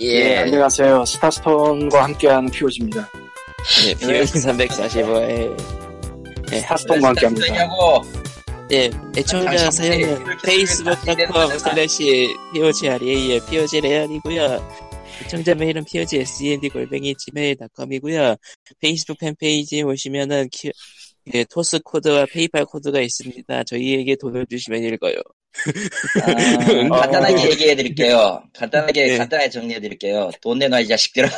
예, 안녕하세요. 스타스톤과 함께하는 피오지입니다. 예, POG 345에 네. 예. 스타스톤과 함께합니다. 냐고 예, 당신 아, 애청자 사연은 네. 이렇게 facebook.com 당신 slash POGREA의 POGREA이고요. 예, 애청자 메일은 e POGSEND골뱅이 gmail.com이고요. 페이스북 팬페이지에 오시면은 키- 예, 토스 코드와 페이팔 코드가 있습니다. 저희에게 돈을 주시면 읽어요. 아, 어. 간단하게 얘기해 드릴게요. 간단하게 네. 간단하게 정리해 드릴게요. 돈 내놔 이 자식들아.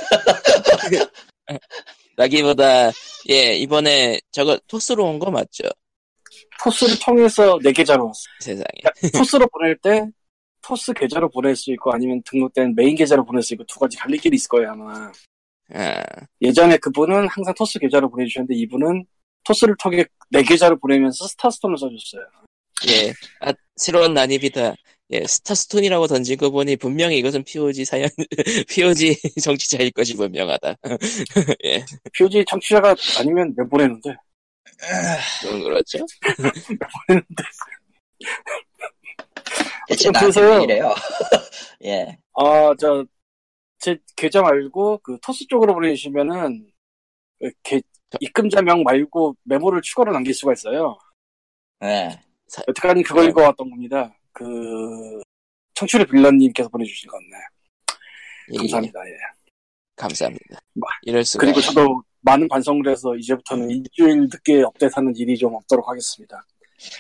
라기보다, 예, 이번에 저거 토스로 온 거 맞죠? 토스를 통해서 내 계좌로 왔어. 세상에. 토스로 보낼 때 토스 계좌로 보낼 수 있고 아니면 등록된 메인 계좌로 보낼 수 있고 두 가지 갈릴 길이 있을 거예요 아마. 아, 예전에 그분은 항상 토스 계좌로 보내주셨는데 이분은 토스를 통해 내 계좌로 보내면서 스타스톤을 써줬어요. 예, 아, 새로운 난입이다. 예, 스타스톤이라고 던진 거 보니 분명히 이것은 POG 사연, POG 정치자일 것이 분명하다. 피오지 청취자가 아니면 내 보내는데 그건 그렇죠. 대체 나한테 그래서요. 왜 이래요? 예. 아저 제 계좌 말고 그 토스 쪽으로 보내주시면은 이렇게 입금자명 말고 메모를 추가로 남길 수가 있어요. 예. 여태까지 그걸 네. 읽어왔던 겁니다. 그 청취를 빌런님께서 보내주신 건데 예, 감사합니다. 네. 예. 감사합니다. 마- 이럴 수가. 그리고 저도 많은 반성을 해서 음. 이제부터는 일주일 늦게 업데이트하는 일이 좀 없도록 하겠습니다.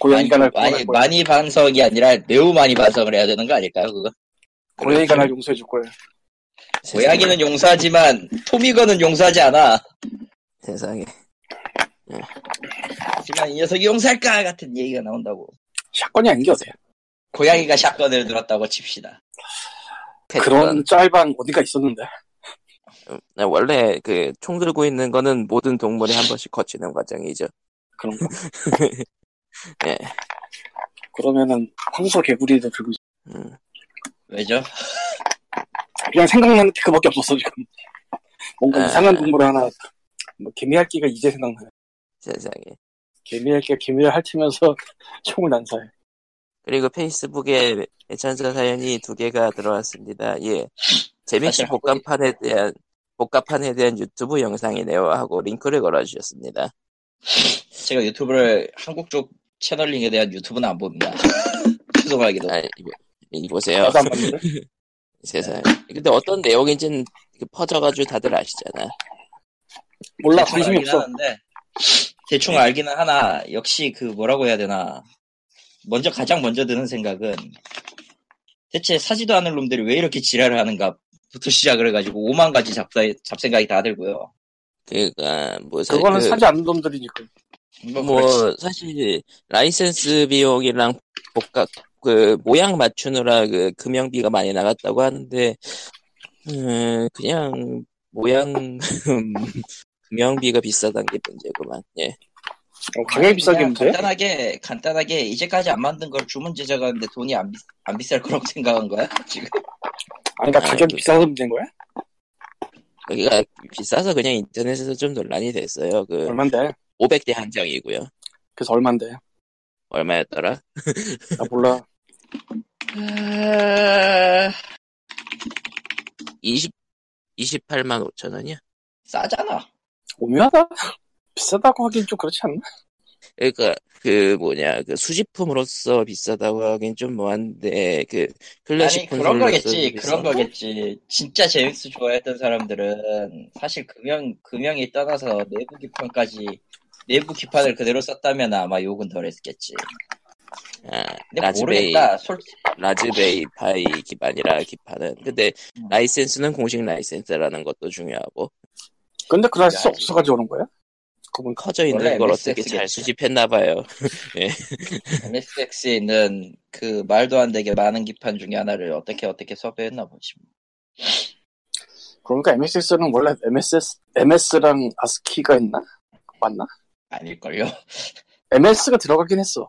고양이가 날 많이 구원할 거예요. 많이 반성이 아니라 매우 많이 반성을 해야 되는 거 아닐까요? 그거? 고양이가 그렇죠. 날 용서해 줄 거예요. 세상에, 고양이는 용서하지만 토미거는 용서하지 않아. 세상에. 하지만 이 녀석이 용서할까 같은 얘기가 나온다고. 샷건이 아닌 게 어때요? 고양이가 샷건을 들었다고 칩시다. 패턴. 그런 짤방 어디가 있었는데 아, 원래 그 총 들고 있는 거는 모든 동물이 한 번씩 거치는 과정이죠. 그런 거. 네. 예. 그러면은 황소 개구리도 들고 있- 음, 왜죠? 그냥 생각나는 게 그밖에 없었어 지금. 네. 뭔가 아. 이상한 동물 하나 뭐 개미핥기가 이제 생각나요. 세상에. 개미핥기가 개미를 핥으면서 총을 난사해. 그리고 페이스북에 애천사 사연이 두 개가 들어왔습니다. 예. 재밌게 사실 복간판에 대한, 복간판에 대한 유튜브 영상이네요. 하고 링크를 걸어주셨습니다. 제가 유튜브를 한국 쪽 채널링에 대한 유튜브는 안 봅니다. 죄송하기도. 아, 이거, 이거 보세요. 나도 안 봤는데. 세상에. 근데 어떤 내용인지는 이렇게 퍼져가지고 다들 아시잖아. 몰라 대충 관심이 알긴 없어. 음. 하는데, 대충 알기는 하나 역시 그 뭐라고 해야 되나 먼저 가장 먼저 드는 생각은 대체 사지도 않을 놈들이 왜 이렇게 지랄을 하는가부터 시작을 해가지고 오만 가지 잡사, 잡생각이 다 들고요. 그니까, 뭐, 사- 그거는 그- 사지 않는 놈들이니까. 뭐, 그렇지. 뭐, 사실, 라이센스 비용이랑 복각, 그, 모양 맞추느라 그, 금형비가 많이 나갔다고 하는데, 음, 그냥, 모양, 금형비가 비싸단 게 문제구만. 예. 어, 가격이 비싸게 그냥 문제? 간단하게 간단하게 이제까지 안 만든 걸 주문 제작하는데 돈이 안, 비, 안 비쌀 거라고 생각한 거야 지금. 아니, 그러니까 아, 가격이 그- 비싸서 문제인 거야? 여기가 비싸서 그냥 인터넷에서 좀 논란이 됐어요. 그, 얼만데? 500대 한정이고요. 그래서 얼만데? 얼마였더라? 나 몰라. 20, 28만 5천 원이야? 싸잖아. 오묘하다? 비싸다고 하긴 좀 그렇지 않나? 그러니까 그 뭐냐 그 수집품으로서 비싸다고 하긴 좀 뭐한데 그 클래식 아니 그런 콘솔로서 거겠지 비싸- 그런 거겠지 진짜 제임스 좋아했던 사람들은 사실 금영 금영이 떠나서 내부 기판까지 내부 기판을 그대로 썼다면 아마 욕은 덜했겠지 아, 근데 라즈베이 모르겠다 솔직히 라즈베이 파이 기반이라 기판은 근데 음. 라이센스는 공식 라이센스라는 것도 중요하고 근데 그날 수 야, 없어가지고 오는 거야? 그분 커져 있는 원래 걸 MSX 어떻게 잘 겠지. 수집했나 봐요 MSX에 있는 그 말도 안 되게 많은 기판 중에 하나를 어떻게 어떻게 섭외했나 뭐 보지 그러니까 MSS는 원래 MSS, MS랑 아스키가 있나? 맞나? 아닐걸요 MS가 들어가긴 했어.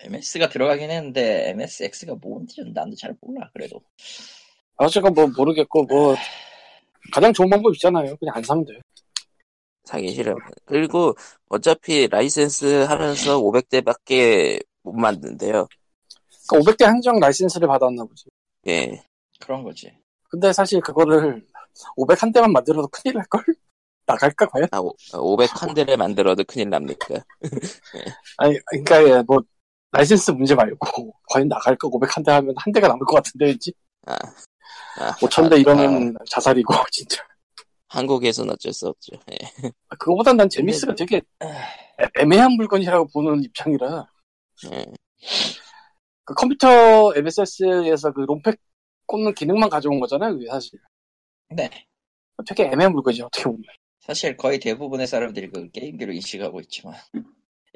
MS가 들어가긴 했는데 MSX가 뭔지는 나도 잘 몰라 그래도 아, 제가 뭐 모르겠고, 뭐. 가장 좋은 방법 있잖아요. 그냥 안 사면 돼. 사기 싫으면 그리고 어차피 라이센스 하면서 500대밖에 못 만든대요 그러니까 500대 한정 라이센스를 받았나 보지. 예 그런 거지 근데 사실 그거를 500 한 대만 만들어도 큰일 날걸? 나갈까 과연? 아, 500 한 대를 만들어도 큰일 납니까? 아니 그러니까 뭐 라이센스 문제 말고 과연 나갈까 500 한 대 하면 한 대가 남을 것 같은데 왠지 아, 아, 5천 대 이러면 자살이고 진짜 한국에서는 어쩔 수 없죠. 예. 그거보단 난 제미스가 되게 아. 애- 애매한 물건이라고 보는 입장이라 예. 그 컴퓨터 MSS에서 그 롬팩 꽂는 기능만 가져온 거잖아요, 그게 사실. 네. 되게 애매한 물건이죠, 어떻게 보면. 사실 거의 대부분의 사람들이 그 게임기로 인식하고 있지만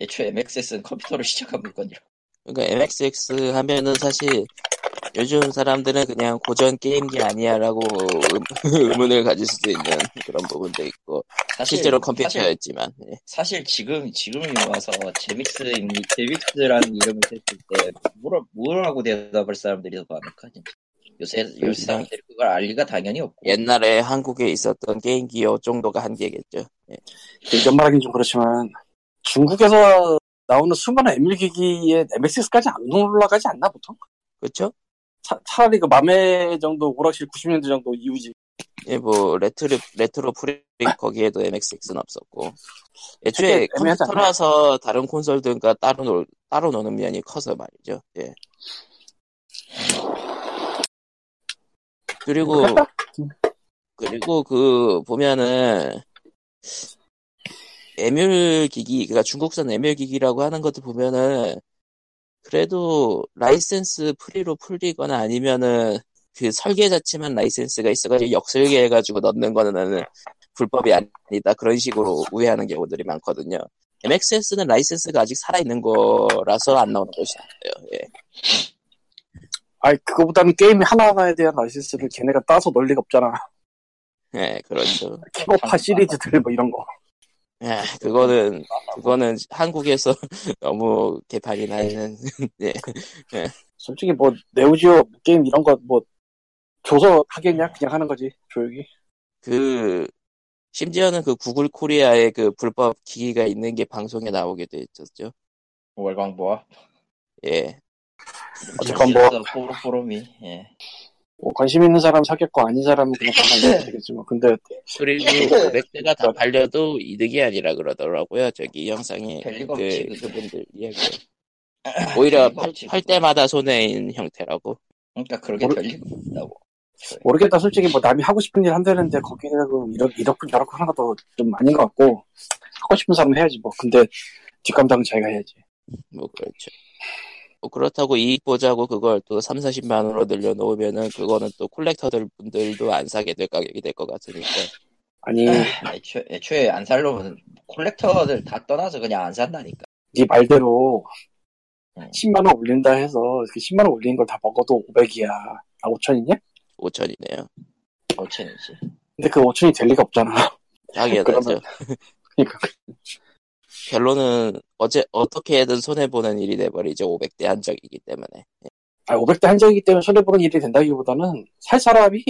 애초에 MXS는 컴퓨터로 시작한 물건이라 그러니까 MXX 하면은 사실 요즘 사람들은 그냥 고전 게임기 아니야라고 의- 의문을 가질 수도 있는 그런 부분도 있고 사실- 실제로 사실, 컴퓨터였지만 예. 사실 지금 지금이 와서 제믹스 제믹스라는 이름을 했을 때 뭐라 뭐라고 대답할 사람들이 더 많을까 진짜. 요새 요새 사람들이 그걸 알 리가 당연히 없고 옛날에 한국에 있었던 게임기 요 정도가 한계겠죠. 예. 이런 말 하긴 좀 그렇지만, 중국에서 나오는 수많은 에밀기기에 MSS까지 안 올라가지 않나, 보통? 그렇죠? 차, 차라리 그 맘에 정도, 오락실 90년대 정도 이후지. 예, 뭐 레트로 레트로 프리 거기에도 MXX는 없었고 애초에 되게 애매하지 않나요? 컴퓨터라서 다른 콘솔 등과 따로 놀 따로 노는 면이 커서 말이죠. 예. 그리고 그리고 그 보면은 에뮬 기기 그러니까 중국산 에뮬 기기라고 하는 것도 보면은 그래도 라이센스 프리로 풀리거나 아니면은 그 설계 자체만 라이센스가 있어가지고 역설계 해가지고 넣는 거는 불법이 아니다 그런 식으로 우회하는 경우들이 많거든요. MXS는 라이센스가 아직 살아있는 거라서 안 나오는 것이 있어요. 예. 아니, 그거보다는 게임 하나하나에 대한 라이센스를 걔네가 따서 널 리가 없잖아. 예, 그렇죠. 킥오파 시리즈들 뭐 이런 거. 예, 그거는 그거는 한국에서 너무 개판이 나는 솔직히 뭐, 네오지오 게임 이런 거 뭐, 줘서 하겠냐? 그냥 하는 거지, 조용히. 그 심지어는 그 구글 코리아의 그 불법 기기가 있는 게 방송에 나오게 돼 있었죠. 월광보아 예. 어쨌건 뭐, 포로 포로미 예. 뭐 관심 있는 사람 사겠고 아닌 사람은 그냥 가만히 있어도 되겠지 뭐. 근데 그리고 500대가 다 발려도 이득이 아니라 그러더라고요. 저기 영상에 별일 그 없지, 그거. 그분들 이야기. 오히려 별일 팔, 없지, 팔 그거. 때마다 손해인 형태라고. 그러니까 그렇게 뭐, 뭘- 별일 없다고 모르겠다. 솔직히 뭐 남이 하고 싶은 일 한다는데 거기에 그 이렇- 이렇군 저렇군 하나도 좀 아닌 것 같고 하고 싶은 사람은 해야지 뭐. 근데 뒷감당은 자기가 해야지. 뭐 그렇죠. 뭐 그렇다고 이익 보자고 그걸 또 3, 40만 원으로 늘려놓으면은 그거는 또 콜렉터들 분들도 안 사게 될 가격이 될 것 같으니까. 아니 예. 네. 애초에, 애초에 안 살려면 콜렉터들 다 떠나서 그냥 안 산다니까 네 말대로 음. 10만 원 올린다 해서 그 10만 원 올린 걸 다 먹어도 500이야. 아 5천이냐? 5천이네요. 어쩌는지 근데 그 5천이 될 리가 없잖아. 당연하죠. 그러면- 그러니까 결론은 어제 어떻게든 손해 보는 일이 돼버리죠. 500대 한적이기 때문에. 아 500대 한정이기 때문에 손해보는 일이 된다기보다는 살 사람이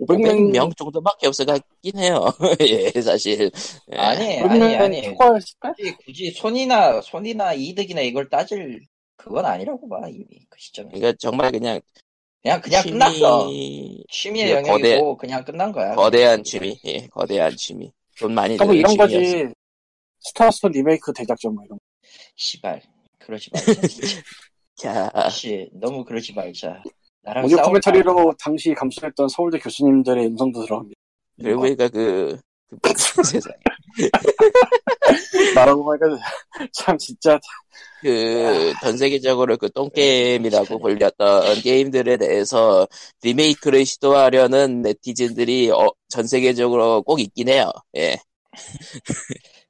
500명, 500명 정도밖에 없어 같긴 해요. 예, 사실. 예. 아니 아니 500명 아니 초과했을까? 굳이, 굳이 손이나 손이나 이득이나 이걸 따질 그건 아니라고 봐 이미 그 시점에 그러니까 정말 그냥 그냥 그냥 취미- 끝났어 취미의 이게 영역이고 그냥 끝난 거야 거대한 취미, 예, 거대한 취미. 돈 많이 그러니까 뭐 드는 이런 네, 취미였어. 거지. 스타스톤 리메이크 대작전 뭐 이런 거. 시발 그러지 말자 진짜. 자, 씨, 너무 그러지 말자 나랑 오디오 싸우지 말자. 코멘터리로 당시 감수했던 서울대 교수님들의 음성도 들어갑니다. 뭐. 그리고 그러니까 그, 그 세상에. 말하고 보니까 참 진짜 그, 전 세계적으로 그 그렇죠. 똥게임이라고 불렸던 게임들에 대해서 리메이크를 시도하려는 네티즌들이 어, 전 세계적으로 꼭 있긴 해요. 예.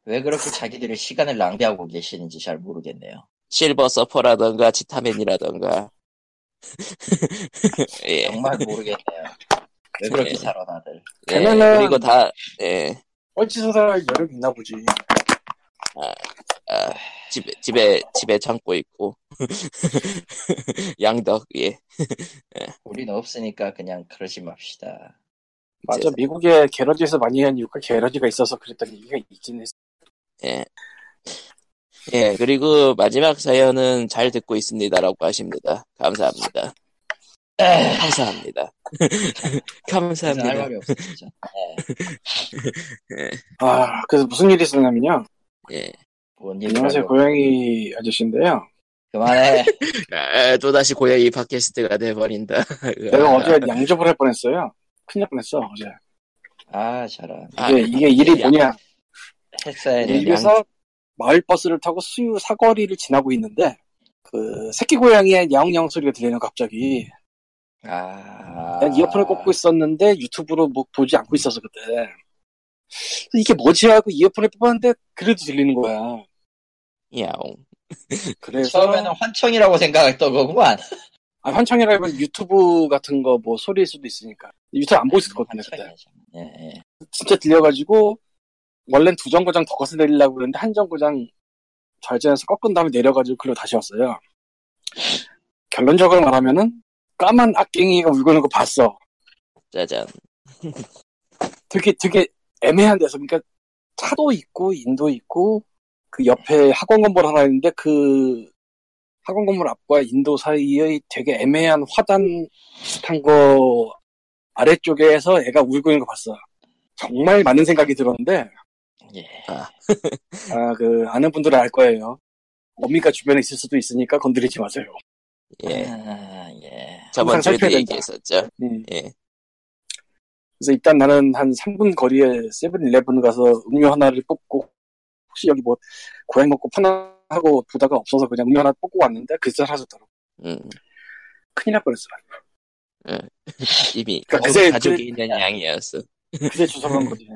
왜 그렇게 자기들의 시간을 낭비하고 계시는지 잘 모르겠네요 실버 서퍼라던가 치타맨이라던가. 예. 뭐, 정말 모르겠네요 왜 그렇게 예. 살아 다들 예, 걔네는- 그리고 다, 예. 뻘짓을 할 여력이 있나 보지. 아, 집에, 집에, 집에 참고 있고. 양덕, 예. 우리는 없으니까 그냥 그러지 맙시다 맞아, 미국의 게러지에서 많이 한 이유가 게러지가 있어서 그랬던 얘기가 있긴 했어. 예, 그리고 마지막 사연은 잘 듣고 있습니다라고 하십니다. 감사합니다. 감사합니다. 그래서 할 감사합니다. 말이 없어 진짜. 예. 아, 그래서 무슨 일이 있었냐면요. 예. 뭔 안녕하세요, 얘기라고. 고양이 아저씨인데요. 그만해. 아, 또다시 고양이 팟캐스트가 돼버린다. 내가 어제 양접을 할 뻔했어요. 큰일 날 뻔했어, 어제. 아 잘한. 아, 이게, 이게 일이 양- 뭐냐. 했어야 예, 돼. 양- 일에서 마을버스를 타고 수유 사거리를 지나고 있는데, 그, 새끼 고양이의 야옹야옹 소리가 들리는 거 갑자기. 아. 난 이어폰을 꽂고 있었는데 유튜브로 뭐 보지 않고 있어서 그때 그래서 이게 뭐지 하고 이어폰을 뽑았는데 그래도 들리는 거야 야옹. 그래서 처음에는 환청이라고 생각했던 뭐 거구만. 아, 환청이라 면 유튜브 같은 거 뭐 소리일 수도 있으니까 유튜브 안 보고 있었거든요 그때 환청이야, 참. 예, 예. 진짜 들려가지고 원래는 두 정거장 더 거슬 내리려고 그랬는데 한 정거장 좌회전해서 꺾은 다음에 내려가지고 글로 다시 왔어요 결론적으로 말하면은 까만 악갱이가 울고 있는 거 봤어 짜잔. 되게 되게 애매한 데서 그러니까 차도 있고 인도 있고 그 옆에 학원 건물 하나 있는데 그 학원 건물 앞과 인도 사이의 되게 애매한 화단 비슷한 거 아래쪽에서 애가 울고 있는 거 봤어. 정말 많은 생각이 들었는데 예. 아 그 아는 분들은 알 거예요. 어미가 주변에 있을 수도 있으니까 건드리지 마세요. 예. 아, 예. 저번 항상 주에도 살펴야 된다. 얘기했었죠. 음. 예. 그래서 일단 나는 한 3분 거리에 세븐일레븐 가서 음료 하나를 뽑고 혹시 여기 뭐 고향 먹고 편하고 보다가 없어서 그냥 음료 하나 뽑고 왔는데 글쎄 사라졌더라고 음. 큰일 날 뻔했어 이미 그러니까 어느 그새 가족이 그- 있는 양이었어. 그새 주워간 거지 예.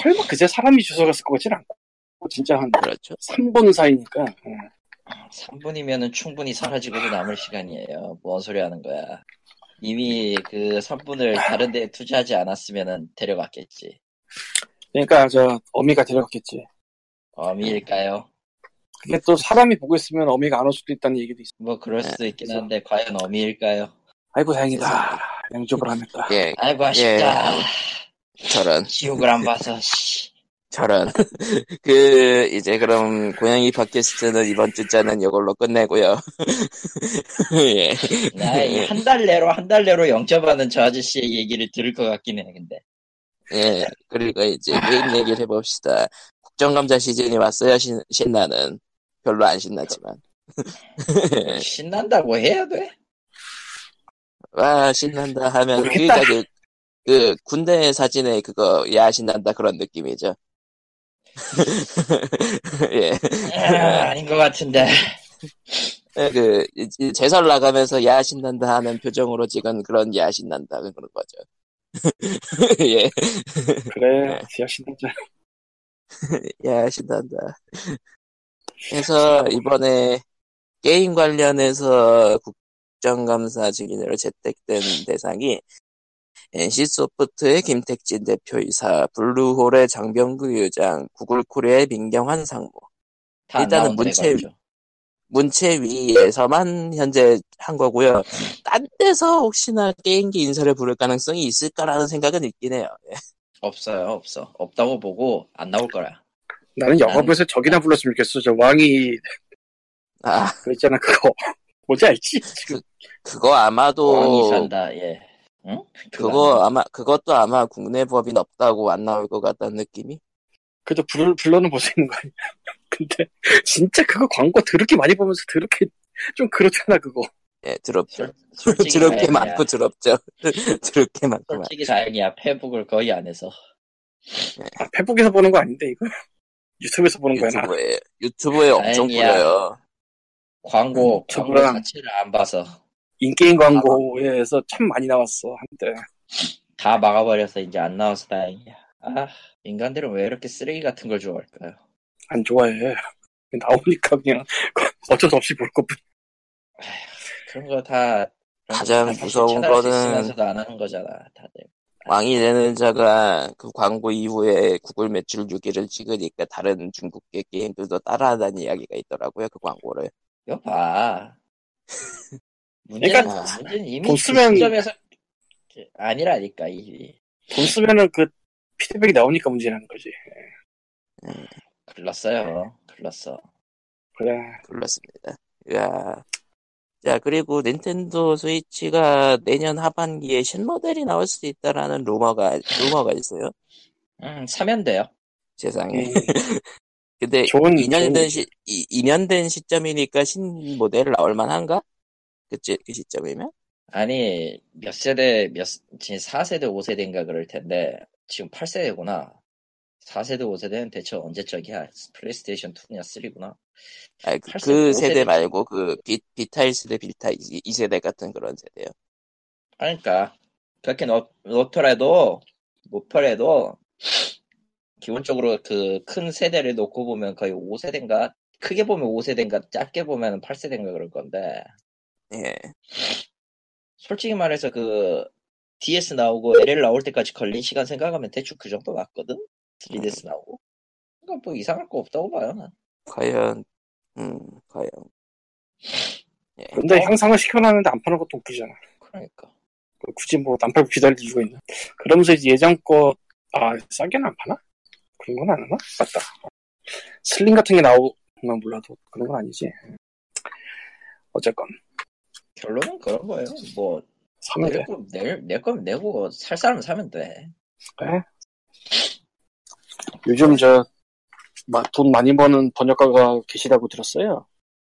설마 그새 사람이 주워갔을것 같진 않고 진짜 한 그렇죠. 3분 사이니까 예. 3분이면은 충분히 사라지고도 남을 시간이에요. 뭔 소리 하는 거야. 이미 그 3분을 다른 데에 투자하지 않았으면은 데려갔겠지. 그러니까 저 어미가 데려갔겠지 어미일까요? 그게 또 사람이 보고 있으면 어미가 안 올 수도 있다는 얘기도 있어 뭐 그럴 수도 있긴 그래서- 한데 과연 어미일까요? 아이고 다행이다 양쪽을 하니까 예. 아이고 아쉽다. 저런. 지옥을 안 봐서 씨. 저런. 그, 이제 그럼 고양이 팟캐스트는 이번 주자는 이걸로 끝내고요. 예. 나이 한 달 내로 한 달 내로 영접하는 저 아저씨의 얘기를 들을 것 같긴 해 근데 예. 그리고 이제 게임 얘기를 해봅시다. 국정감사 시즌이 왔어요, 신, 신나는. 별로 안 신나지만. 예, 신난다고 해야 돼? 와, 신난다 하면, 모르겠다. 그러니까 그, 그 군대 사진에 그거, 야, 신난다 그런 느낌이죠. 예. 아, 아닌 것 같은데 예, 그 이제 제설 나가면서 야 신난다 하는 표정으로 찍은 그런 야 신난다 그런 거죠. 예, 네. 그래 지하신단자 야 예, 신난다. 그래서 이번에 게임 관련해서 국정감사 증인으로 채택된 대상이 NC 소프트의 김택진 대표이사, 블루홀의 장병구 의장, 구글코리아의 민경환 상무. 다 일단은 일단은 문체 문체- 문체 위에서만 현재 한 거고요. 딴 데서 혹시나 게임기 인사를 부를 가능성이 있을까라는 생각은 있긴 해요. 없어요 없어 없다고 보고 안 나올 거라 나는 영화부에서 저기나 불렀으면 좋겠어 저 왕이 아, 그 있잖아 그거 뭔지 알지? 지금 그거 왕이 아마도, 산다 예 응? 그거 아마, 그것도 아마 국내 법인 없다고 안 나올 것 같다는 느낌이? 그래도 불, 불러는 볼수 있는 거 아니야 근데 진짜 그거 광고 더럽게 많이 보면서 더럽게 좀 그렇잖아 그거 예, 더럽죠. 솔- 솔직히 더럽게 다행이야. 많고 더럽죠. 더럽게 많고 많 솔직히 다행이야 페북을 거의 안 해서 아, 페북에서 보는 거 아닌데 이거 유튜브에서 보는 거야 나 유튜브에, 유튜브에 엄청 다행이야. 뿌려요. 음, 광고 광고 저거랑- 자체를 안 봐서 인게임 광고에서 참 많이 나왔어 한때 다 막아버려서 이제 안 나와서 다행이야 아 인간들은 왜 이렇게 쓰레기 같은 걸 좋아할까요 안 좋아해 나오니까 그냥 어쩔 수 없이 볼 것뿐 그런 거 다 가장 무서운 거는- 있으면서도 안 하는 거잖아 다들 왕이 되는 자가 그 광고 이후에 구글 매출 6위를 찍으니까 다른 중국계 게임들도 따라하다는 이야기가 있더라고요, 그 광고를. 여봐 문제는 그러니까 문제는 이미 돈 그 쓰면- 시점에서 아니라니까 이미 돈 쓰면은 그 피드백이 나오니까 문제라는 거지 네. 글렀어요 글렀어 그래 불렀습니다. 야 자, 그리고 닌텐도 스위치가 내년 하반기에 신모델이 나올 수도 있다라는 루머가, 루머가 있어요. 음, 사면 돼요. 세상에. 네. 음, 근데 좋은 2년 좋은 된 시, 2년 된 시점이니까 신모델 나올 만한가? 그치, 그 시점이면? 아니, 몇 세대, 몇, 지금 4세대, 5세대인가 그럴 텐데, 지금 8세대구나. 4세대, 5세대는 대체 언제적이야? 플레이스테이션 2냐, 3구나. 아, 그, 팔세- 그 오세대. 세대 말고 그 비, 비타일 세대, 비타 2세대 같은 그런 세대요. 그러니까, 그렇게 넣, 넣더라도, 놓더라도, 기본적으로 그 큰 세대를 놓고 보면 거의 5세대인가? 크게 보면 5세대인가? 작게 보면 8세대인가 그럴 건데, 예. 솔직히 말해서 그, DS 나오고 LL 나올 때까지 걸린 시간 생각하면 대충 그 정도 맞거든? 3DS 나오고. 그러니까 뭐 이상할 거 없다고 봐요. 난. 과연, 음, 과연. 예. 근데 향상을 시켜놨는데 안 파는 것도 웃기잖아. 그러니까. 그럼 굳이 뭐 남팔 기다릴 이유가 있나? 그러면서 이제 예전 거, 아, 싸게는 안 파나? 그런 건 안 하나? 맞다. 슬림 같은 게 나오면 몰라도 그런 건 아니지. 어쨌건, 결론은 그런 거예요. 뭐, 사면 돼. 낼, 거, 낼, 낼 거면 내고, 살 사람 사면 돼. 네. 요즘 저, 막 돈 많이 버는 번역가가 계시다고 들었어요.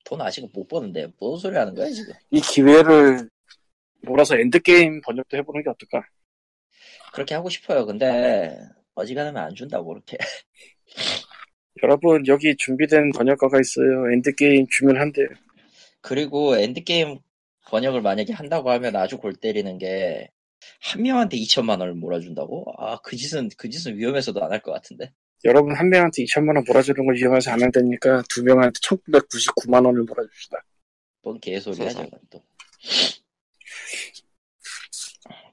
돈 아직 못 버는데, 뭔 소리 하는 거야, 지금. 이 기회를 몰아서 엔드게임 번역도 해보는 게 어떨까? 그렇게 하고 싶어요. 근데, 어지간하면 안 준다고, 그렇게. 여러분, 여기 준비된 번역가가 있어요. 엔드게임 주면 한대요. 그리고 엔드게임 번역을 만약에 한다고 하면 아주 골 때리는 게, 한 명한테 2천만 원을 몰아준다고? 아, 그 짓은, 그 짓은 위험해서도 안 할 것 같은데. 여러분 한 명한테 2천만 원 몰아주는 걸 위험해서 안 한다니까 두 명한테 1999만 원을 몰아줍시다. 뭔 개소리야, 세상에. 저건 또.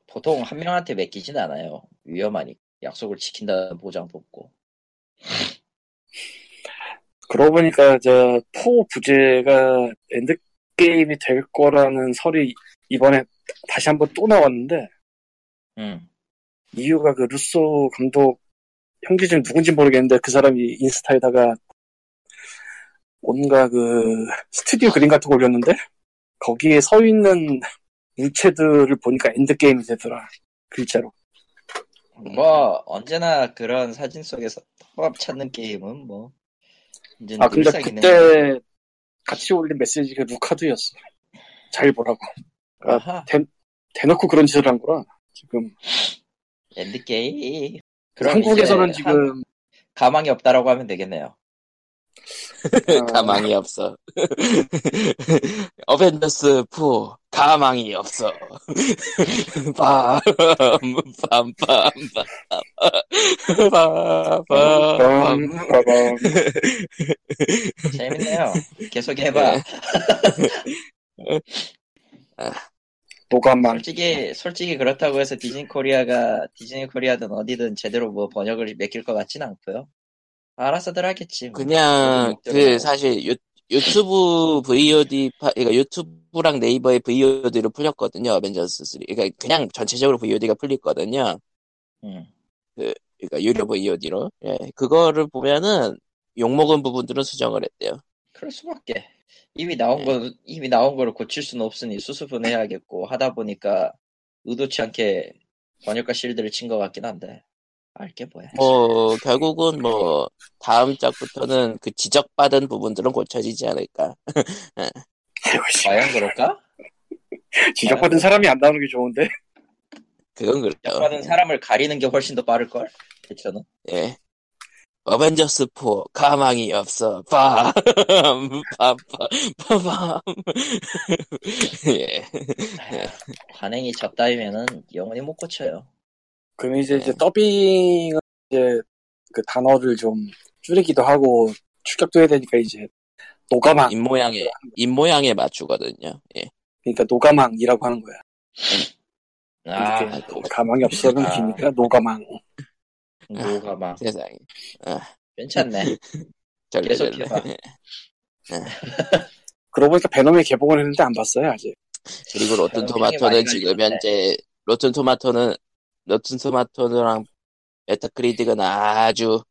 보통 한 명한테 맡기진 않아요. 위험하니까. 약속을 지킨다는 보장도 없고. 그러고 보니까 저 포 부제가 엔드게임이 될 거라는 설이 이번에 다시 한번 또 나왔는데 음. 이유가 그 루소 감독 형제 중 누군지 모르겠는데 그 사람이 인스타에다가 뭔가 그 스튜디오 그림 같은 거 올렸는데 거기에 서 있는 물체들을 보니까 엔드게임이 되더라. 글자로. 뭐 언제나 그런 사진 속에서 통합 찾는 게임은 뭐 이제 아 근데 늘상 있는 거니까. 그때 같이 올린 메시지가 그 루카드였어. 잘 보라고. 아하 대놓고 그런 짓을 한 거라. 지금 엔드 게임 그럼 한국에서는 이제 지금 가망이 없다라고 하면 되겠네요. 아, 가망이 없어. 어벤져스 4 가망이 없어. 빰 빰빰빰 어, 빰, 빰빰빰 빠밤. 재밌네요. 계속 해봐. 노감만 솔직히 솔직히 그렇다고 해서 디즈니 코리아가 디즈니 코리아든 어디든 제대로 뭐 번역을 맡길 것 같진 않고요. 알아서들 하겠지. 뭐. 그냥 그 사실 유, 유튜브 VOD 파, 그러니까 유튜브랑 네이버에 VOD로 풀렸거든요. 어벤져스 3. 그러니까 그냥 전체적으로 VOD가 풀렸거든요. 음. 그러니까 유료 VOD로. 예. 그거를 보면은 욕먹은 부분들은 수정을 했대요. 그럴 수밖에. 이미 네. 나온 거 이미 나온 거를 고칠 수는 없으니 수습은 해야겠고 하다 보니까 의도치 않게 번역가 실드를 친 것 같긴 한데 알게 뭐야. 뭐 결국은 뭐 다음 작부터는 그 지적받은 부분들은 고쳐지지 않을까. 아이고, 씨. 과연 어. 그럴까? 지적받은 사람이 안 나오는 게 좋은데 그건 그래요. 받은 사람을 가리는 게 훨씬 더 빠를 걸. 그렇죠. 대처는. 예. 어벤져스 4 가망이 없어. 빰. 빰빰빰빰. 예. 관행이 적다이면은 영원히 못 고쳐요. 그럼 이제 이제 더빙은 이제 그 단어를 좀 줄이기도 하고 출격도 해야 되니까 이제 아. 노가망 입 모양에 입 모양에 맞추거든요. 예. 그러니까 노가망이라고 하는 거야. 아, 이렇게 가망이 없어는 아. 기니까 노가망. 노가 막 세상에. 괜찮네. 절레 계속 절레. 해봐. 그러고 보니까 베놈이 개봉을 했는데 안 봤어요 아직. 그리고 로튼 저는 평이 토마토는 많이 지금 갈리는데. 현재 로튼 토마토는 로튼 토마토랑 메타크리틱은 아주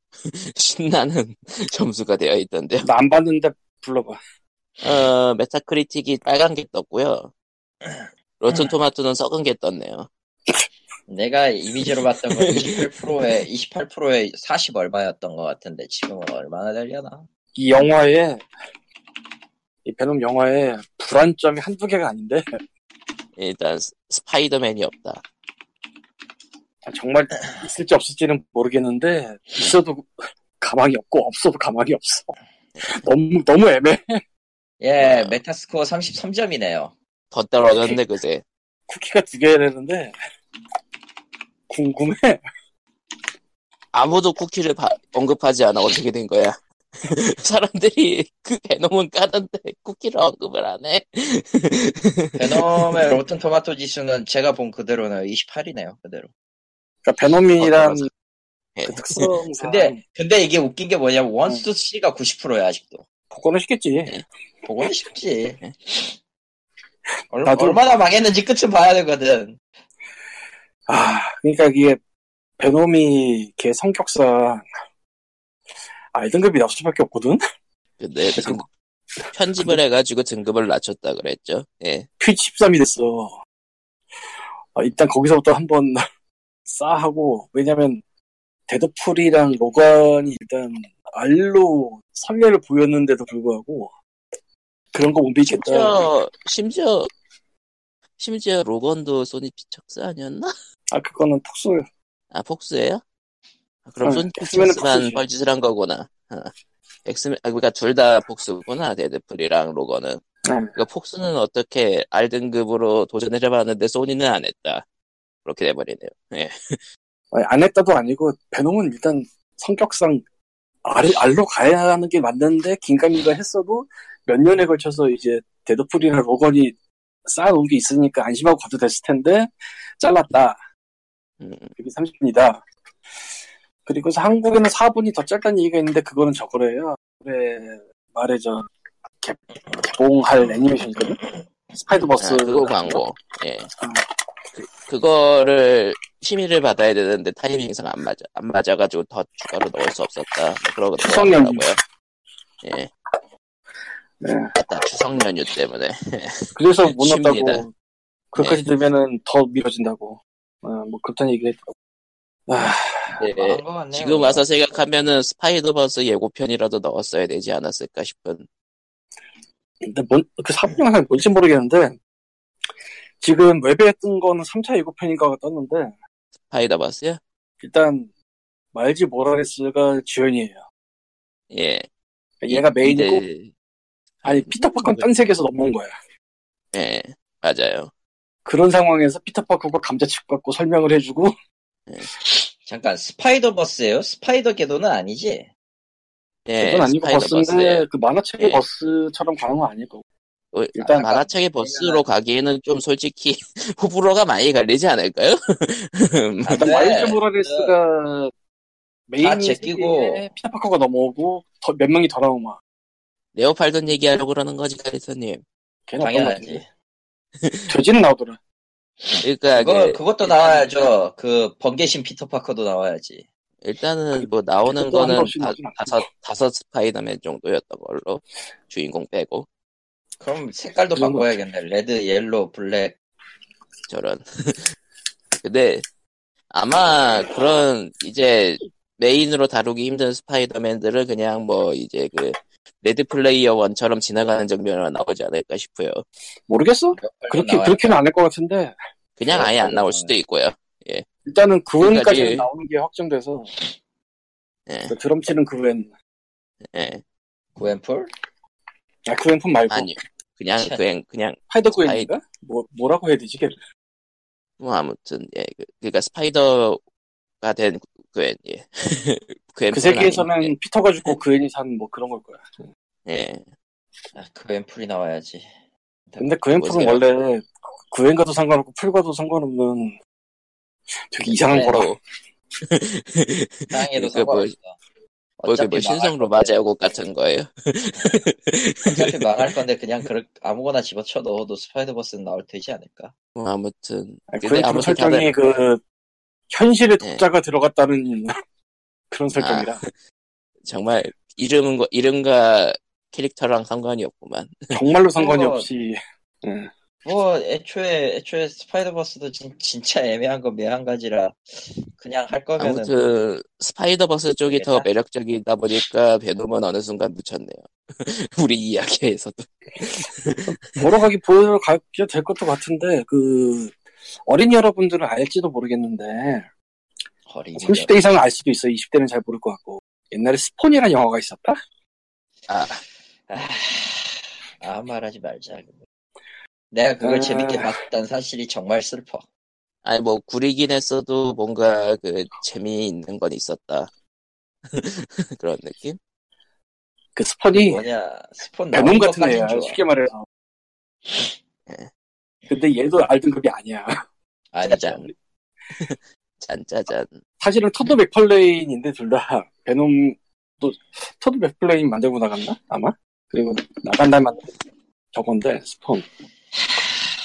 신나는 점수가 되어 있던데요. 나 안 봤는데 불러봐. 어, 메타크리틱이 빨간 게 떴고요. 로튼 토마토는 썩은 게 떴네요. 내가 이미지로 봤던 건 28%에 28%에 40 얼마였던 것 같은데 지금은 얼마나 되려나? 이 영화에 이 베놈 영화에 불안점이 한두 개가 아닌데 일단 스- 스파이더맨이 없다. 아, 정말 있을지 없을지는 모르겠는데 있어도 가망이 없고 없어도 가망이 없어. 너무 너무 애매. 아. 예, 메타스코어 33점이네요. 더 떨어졌네 그제. 쿠키가 두 개야 되는데 궁금해. 그러니까 아무도 쿠키를 바- 언급하지 않아 어떻게 된 거야? 사람들이 그 베놈은 까는데 쿠키를 언급을 안 해. 베놈의 로튼 토마토 지수는 제가 본 그대로는 28이네요, 그대로. 그러니까 베놈이란 어떤 예. 그 특성상 근데 근데 이게 웃긴 게 음. 뭐냐면 원스 C가 90%야 아직도. 복권을 시켰지. 보고는 쉽지. 네. 얼, 나도- 얼마나 망했는지 끝은 봐야 되거든. 아, 그러니까 이게 베놈이 걔 성격상 아이 등급이 낮을 수밖에 없거든. 근데 등- 편집을 해가지고 등급을 낮췄다 그랬죠. 예. 퀴즈 13이 됐어. 아, 일단 거기서부터 한번 싸하고 왜냐면 데드풀이랑 로건이 일단 알로 선례를 보였는데도 불구하고 그런 거 못 미쳤다. 심지어 심지어 심지어 로건도 소니 피처스 아니었나? 아 그거는 폭소 아, 폭스예요? 아, 그럼 응, 손 엑스맨은 픽스만 폭스지. 뻘짓을 한 거구나. 어. 엑스맨, 아, 그러니까 둘 다 폭스구나. 데드풀이랑 로건은. 네. 그러니까 폭스는 어떻게 R등급으로 도전을 해봤는데 소니는 안 했다. 그렇게 돼버리네요. 아, 아니, 안 했다도 아니고 베놈은 일단 성격상 알, 알로 가야 하는 게 맞는데 긴가민가 했어도 몇 년에 걸쳐서 이제 데드풀이나 로건이 쌓아놓은 게 있으니까 안심하고 가도 됐을 텐데 잘랐다 음, 여기 30분이다 그리고 한국에는 4분이 더 짧다는 얘기가 있는데 그거는 저거래요 올해 말에 저 개, 개봉할 애니메이션이거든 스파이더버스 아, 그거 광고. 예. 어. 그, 그거를 심의를 받아야 되는데 타이밍상 안 맞아. 안 맞아가지고 더 추가로 넣을 수 없었다. 뭐 그러고 추석 연휴. 들어가더라고요. 예. 아, 네. 맞다. 추석 연휴 때문에. 그래서 못 네, 쉽니다. 네. 났다고 그것까지 되면은 더 미뤄진다고 아, 뭐 그렇다는 얘기를 했다고 아, 예. 망한 것 같네요. 지금 와서 생각하면은 스파이더버스 예고편이라도 넣었어야 되지 않았을까 싶은 근데 뭔, 그 사본 영상이 뭔지 모르겠는데 지금 웹에 뜬 거는 3차 예고편인가가 떴는데 스파이더버스요? 일단 말지 모라레스가 주연이에요 그러니까 예. 네. 얘가 메인이고 이제- 아니 피터파커는 딴 세계에서 넘어온 거야 음, 예. 맞아요. 그런 상황에서 피터파커가 감자칩 갖고 설명을 해주고 잠깐 스파이더버스예요? 스파이더 궤도는 아니지? 예. 그건 아니고 스파이더버스예요. 버스인데 그 만화책의 예. 버스처럼 가는 건 아닐 거고 어, 일단 만화책의 버스로 가기에는 좀 솔직히 호불호가 많이 갈리지 않을까요? 음, 일단 네. 마일즈 모라레스가 다 메인 제끼고. 세계에 피터파커가 넘어오고 더- 몇 명이 더 나오마 네오팔돈 얘기하려고 그러는 거지 카리터님. 걔는 어떤 거 같아? 당연하지. 돼지는 나오더라 그러니까 그거 그- 그것도 나와야죠. 그 번개신 피터 파커도 나와야지. 일단은 뭐 나오는 그것도 한 거는 번씩 다, 나오진 않고. 다섯 다섯 스파이더맨 정도였던 걸로 주인공 빼고 그럼 색깔도 그런 거 바꿔야겠네. 레드, 옐로, 블랙. 저런. 근데 아마 그런 이제 메인으로 다루기 힘든 스파이더맨들을 그냥 뭐 이제 그 레드 플레이어 원처럼 지나가는 장면으로 나오지 않을까 싶어요. 모르겠어 그렇게 나와야- 그렇게는 안 할 것 같은데 그냥 아예 안 나올 수도 있고요. 일단은 그 후까지는 그러니까 이제- 나오는 게 확정돼서 네. 예, 그 드럼치는 그 웬, 예. 구엔풀? 아, 그 웬폰 말고 아니요. 그냥 그냥 그냥 파이더 그웬인가? 뭐 뭐라고 해야 되지? 걔? 그 뭐 아무튼 예. 그, 그러니까 스파이더가 된 그앤 예. 그앤 그 세계에서는 피터가 죽고 그웬이 산 뭐 그런 걸 거야. 예. 아, 구엔풀이 나와야지. 근데 그웬폰은 뭐지? 원래 그웬과도 상관없고 풀과도 상관없는 되게 이상한 네, 거라. 뭐, 그러니까 뭐- 땅에도 상관없어. 뭐, 이렇게 뭐 어차피 망할 신성 건데. 로마제국 같은 거예요. 어차피 망할 건데 그냥 그렇- 아무거나 집어쳐 넣어도 스파이더버스는 나올 테지 않을까? 뭐 아무튼 근데 그웬폰 아무튼 설정이 그 현실의 네. 독자가 아. 들어갔다는 그런 설정이라. 정말 이름과 이름과 캐릭터랑 상관이 없구만. 정말로 상관이 그거- 없이 예. 뭐 애초에 애초에 스파이더버스도 진, 진짜 애매한 거 매한 가지라 그냥 할 거면은 아무튼 스파이더버스 쪽이 더 괜찮아. 매력적이다 보니까 베놈은 어느 순간 묻혔네요. 우리 이야기에서도 보러 가기 보러 가게 될 것도 같은데 그 어린 여러분들은 알지도 모르겠는데 뭐 허리 30대 이상은 알 수도 있어요. 20대는 잘 모를 것 같고 옛날에 스폰이라는 영화가 있었다. 아, 아 말하지 말자 내가 그걸 아. 재밌게 봤다는 사실이 정말 슬퍼 아니 뭐 구리긴 했어도 뭔가 그 재미있는 건 있었다. 그런 느낌? 그 스폰이 뭐냐 스폰 베놈 아, 나온 같은 애야 것까진 좋아 네. 쉽게 말해서. 근데 얘도 알등급이 아니야. 아니죠 짜잔. 짠짜잔. 사실은 터드 맥플레인인데 둘 다 베놈도 터드 맥플레인 만들고 나갔나 아마 그리고 나간 날만 저건데 스폰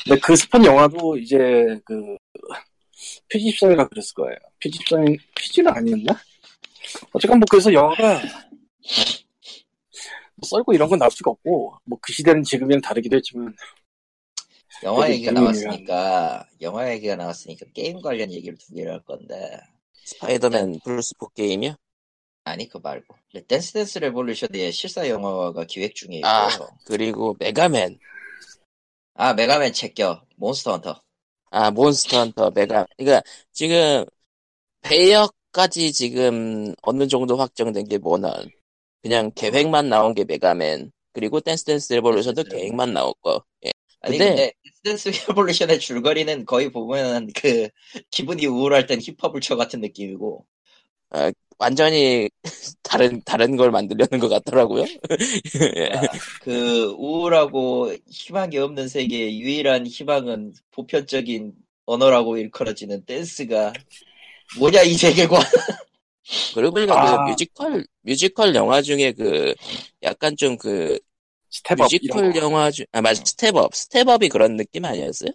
근데 그 스폰 영화도 이제 그 피집선이가 그랬을 거예요 피집선이 피지는 아니었나 어쨌건 뭐 그래서 영화가 뭐 썰고 이런 건 나올 수가 없고 뭐 그 시대는 지금이랑 다르기도 했지만 영화 되게 얘기가 재미있는 나왔으니까 영화 얘기가 나왔으니까 게임 관련 얘기를 두 개를 할 건데 스파이더맨 플러스4 게임이야? 아니 그거 말고 댄스 댄스 레볼루션의 실사 영화가 기획 중에 있고 아. 아, 그리고 메가맨. 메가맨 제껴 몬스터 헌터 아 몬스터 헌터 메가. 그러니까 지금 배역까지 지금 어느 정도 확정된 게 뭐는 그냥 계획만 나온 게 메가맨. 그리고 댄스 댄스 레볼루션도 네. 댄스 계획만 나올 거. 예. 아니 근데- 근데, 댄스 레볼루션의 줄거리는 거의 보면은 그 기분이 우울할 땐 힙합을 쳐 같은 느낌이고 완전히 다른 다른 걸 만들려는 것 같더라고요. 예. 아, 그 우울하고 희망이 없는 세계의 유일한 희망은 보편적인 언어라고 일컬어지는 댄스가 뭐냐 이 세계관 그리고 보니까 아. 그 뮤지컬 뮤지컬 영화 중에 그 약간 좀 그 스텝업 이런 뮤지컬 거. 영화 중아맞 스텝업 스텝업이 그런 느낌 아니었어요?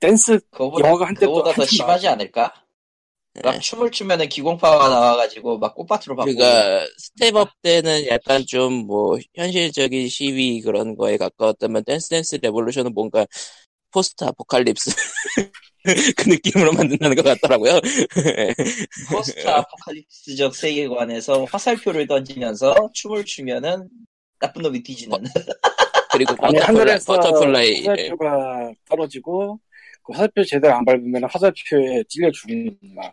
댄스 그거보다, 영화가 한때 또 그거보다 더 한참 심하지 않을까? 막 네. 춤을 추면은 기공파가 나와가지고 막 꽃밭으로 바꾸고 그러니까 스텝업 때는 약간 좀 뭐 현실적인 시위 그런 거에 가까웠다면 댄스 댄스 레볼루션은 뭔가 포스트 아포칼립스 그 느낌으로 만든다는 것 같더라고요. 포스트 네. 아포칼립스적 세계관에서 화살표를 던지면서 춤을 추면은 나쁜 놈이 어, 뒤지는 그리고 아니 버터플라이, 하늘에서 버터플라이 예. 화살표가 떨어지고 그 화살표 제대로 안 밟으면 화살표에 찔려 죽는 막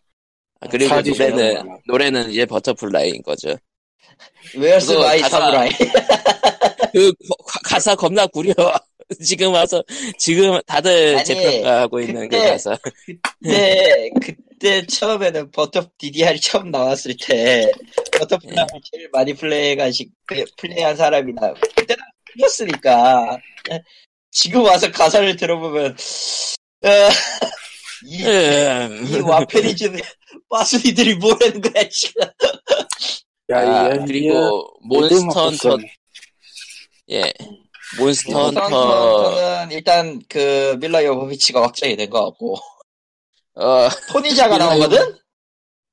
아, 그리고 사지 노래는 제목. 노래는 이제 버터플라이인 거죠. 웨어스 그거 마이 가사- 사무라이 그 거- 가- 가사 겁나 구려. 지금 와서 지금 다들 아니, 재평가하고 있는 그 그때- 가사. 예. 그때 네, 그때 처음에는 버터 DDR이 처음 나왔을 때 예. 버터플라이를 제일 많이 플레이해가지 그, 플레이한 사람이나 그때는 틀렸으니까 예. 지금 와서 가사를 들어보면 어, 이, 음. 이 와페리즘 빠순이들이 뭐라는 거야 지금 야, 아, 이- 이- 그리고 리듬 몬스터 합법성. 헌터 예 몬스터 헌터 헌터는 일단 그 밀라 요보비치가 확정이 된 거 같고 어 토니자가 밀라 나오거든?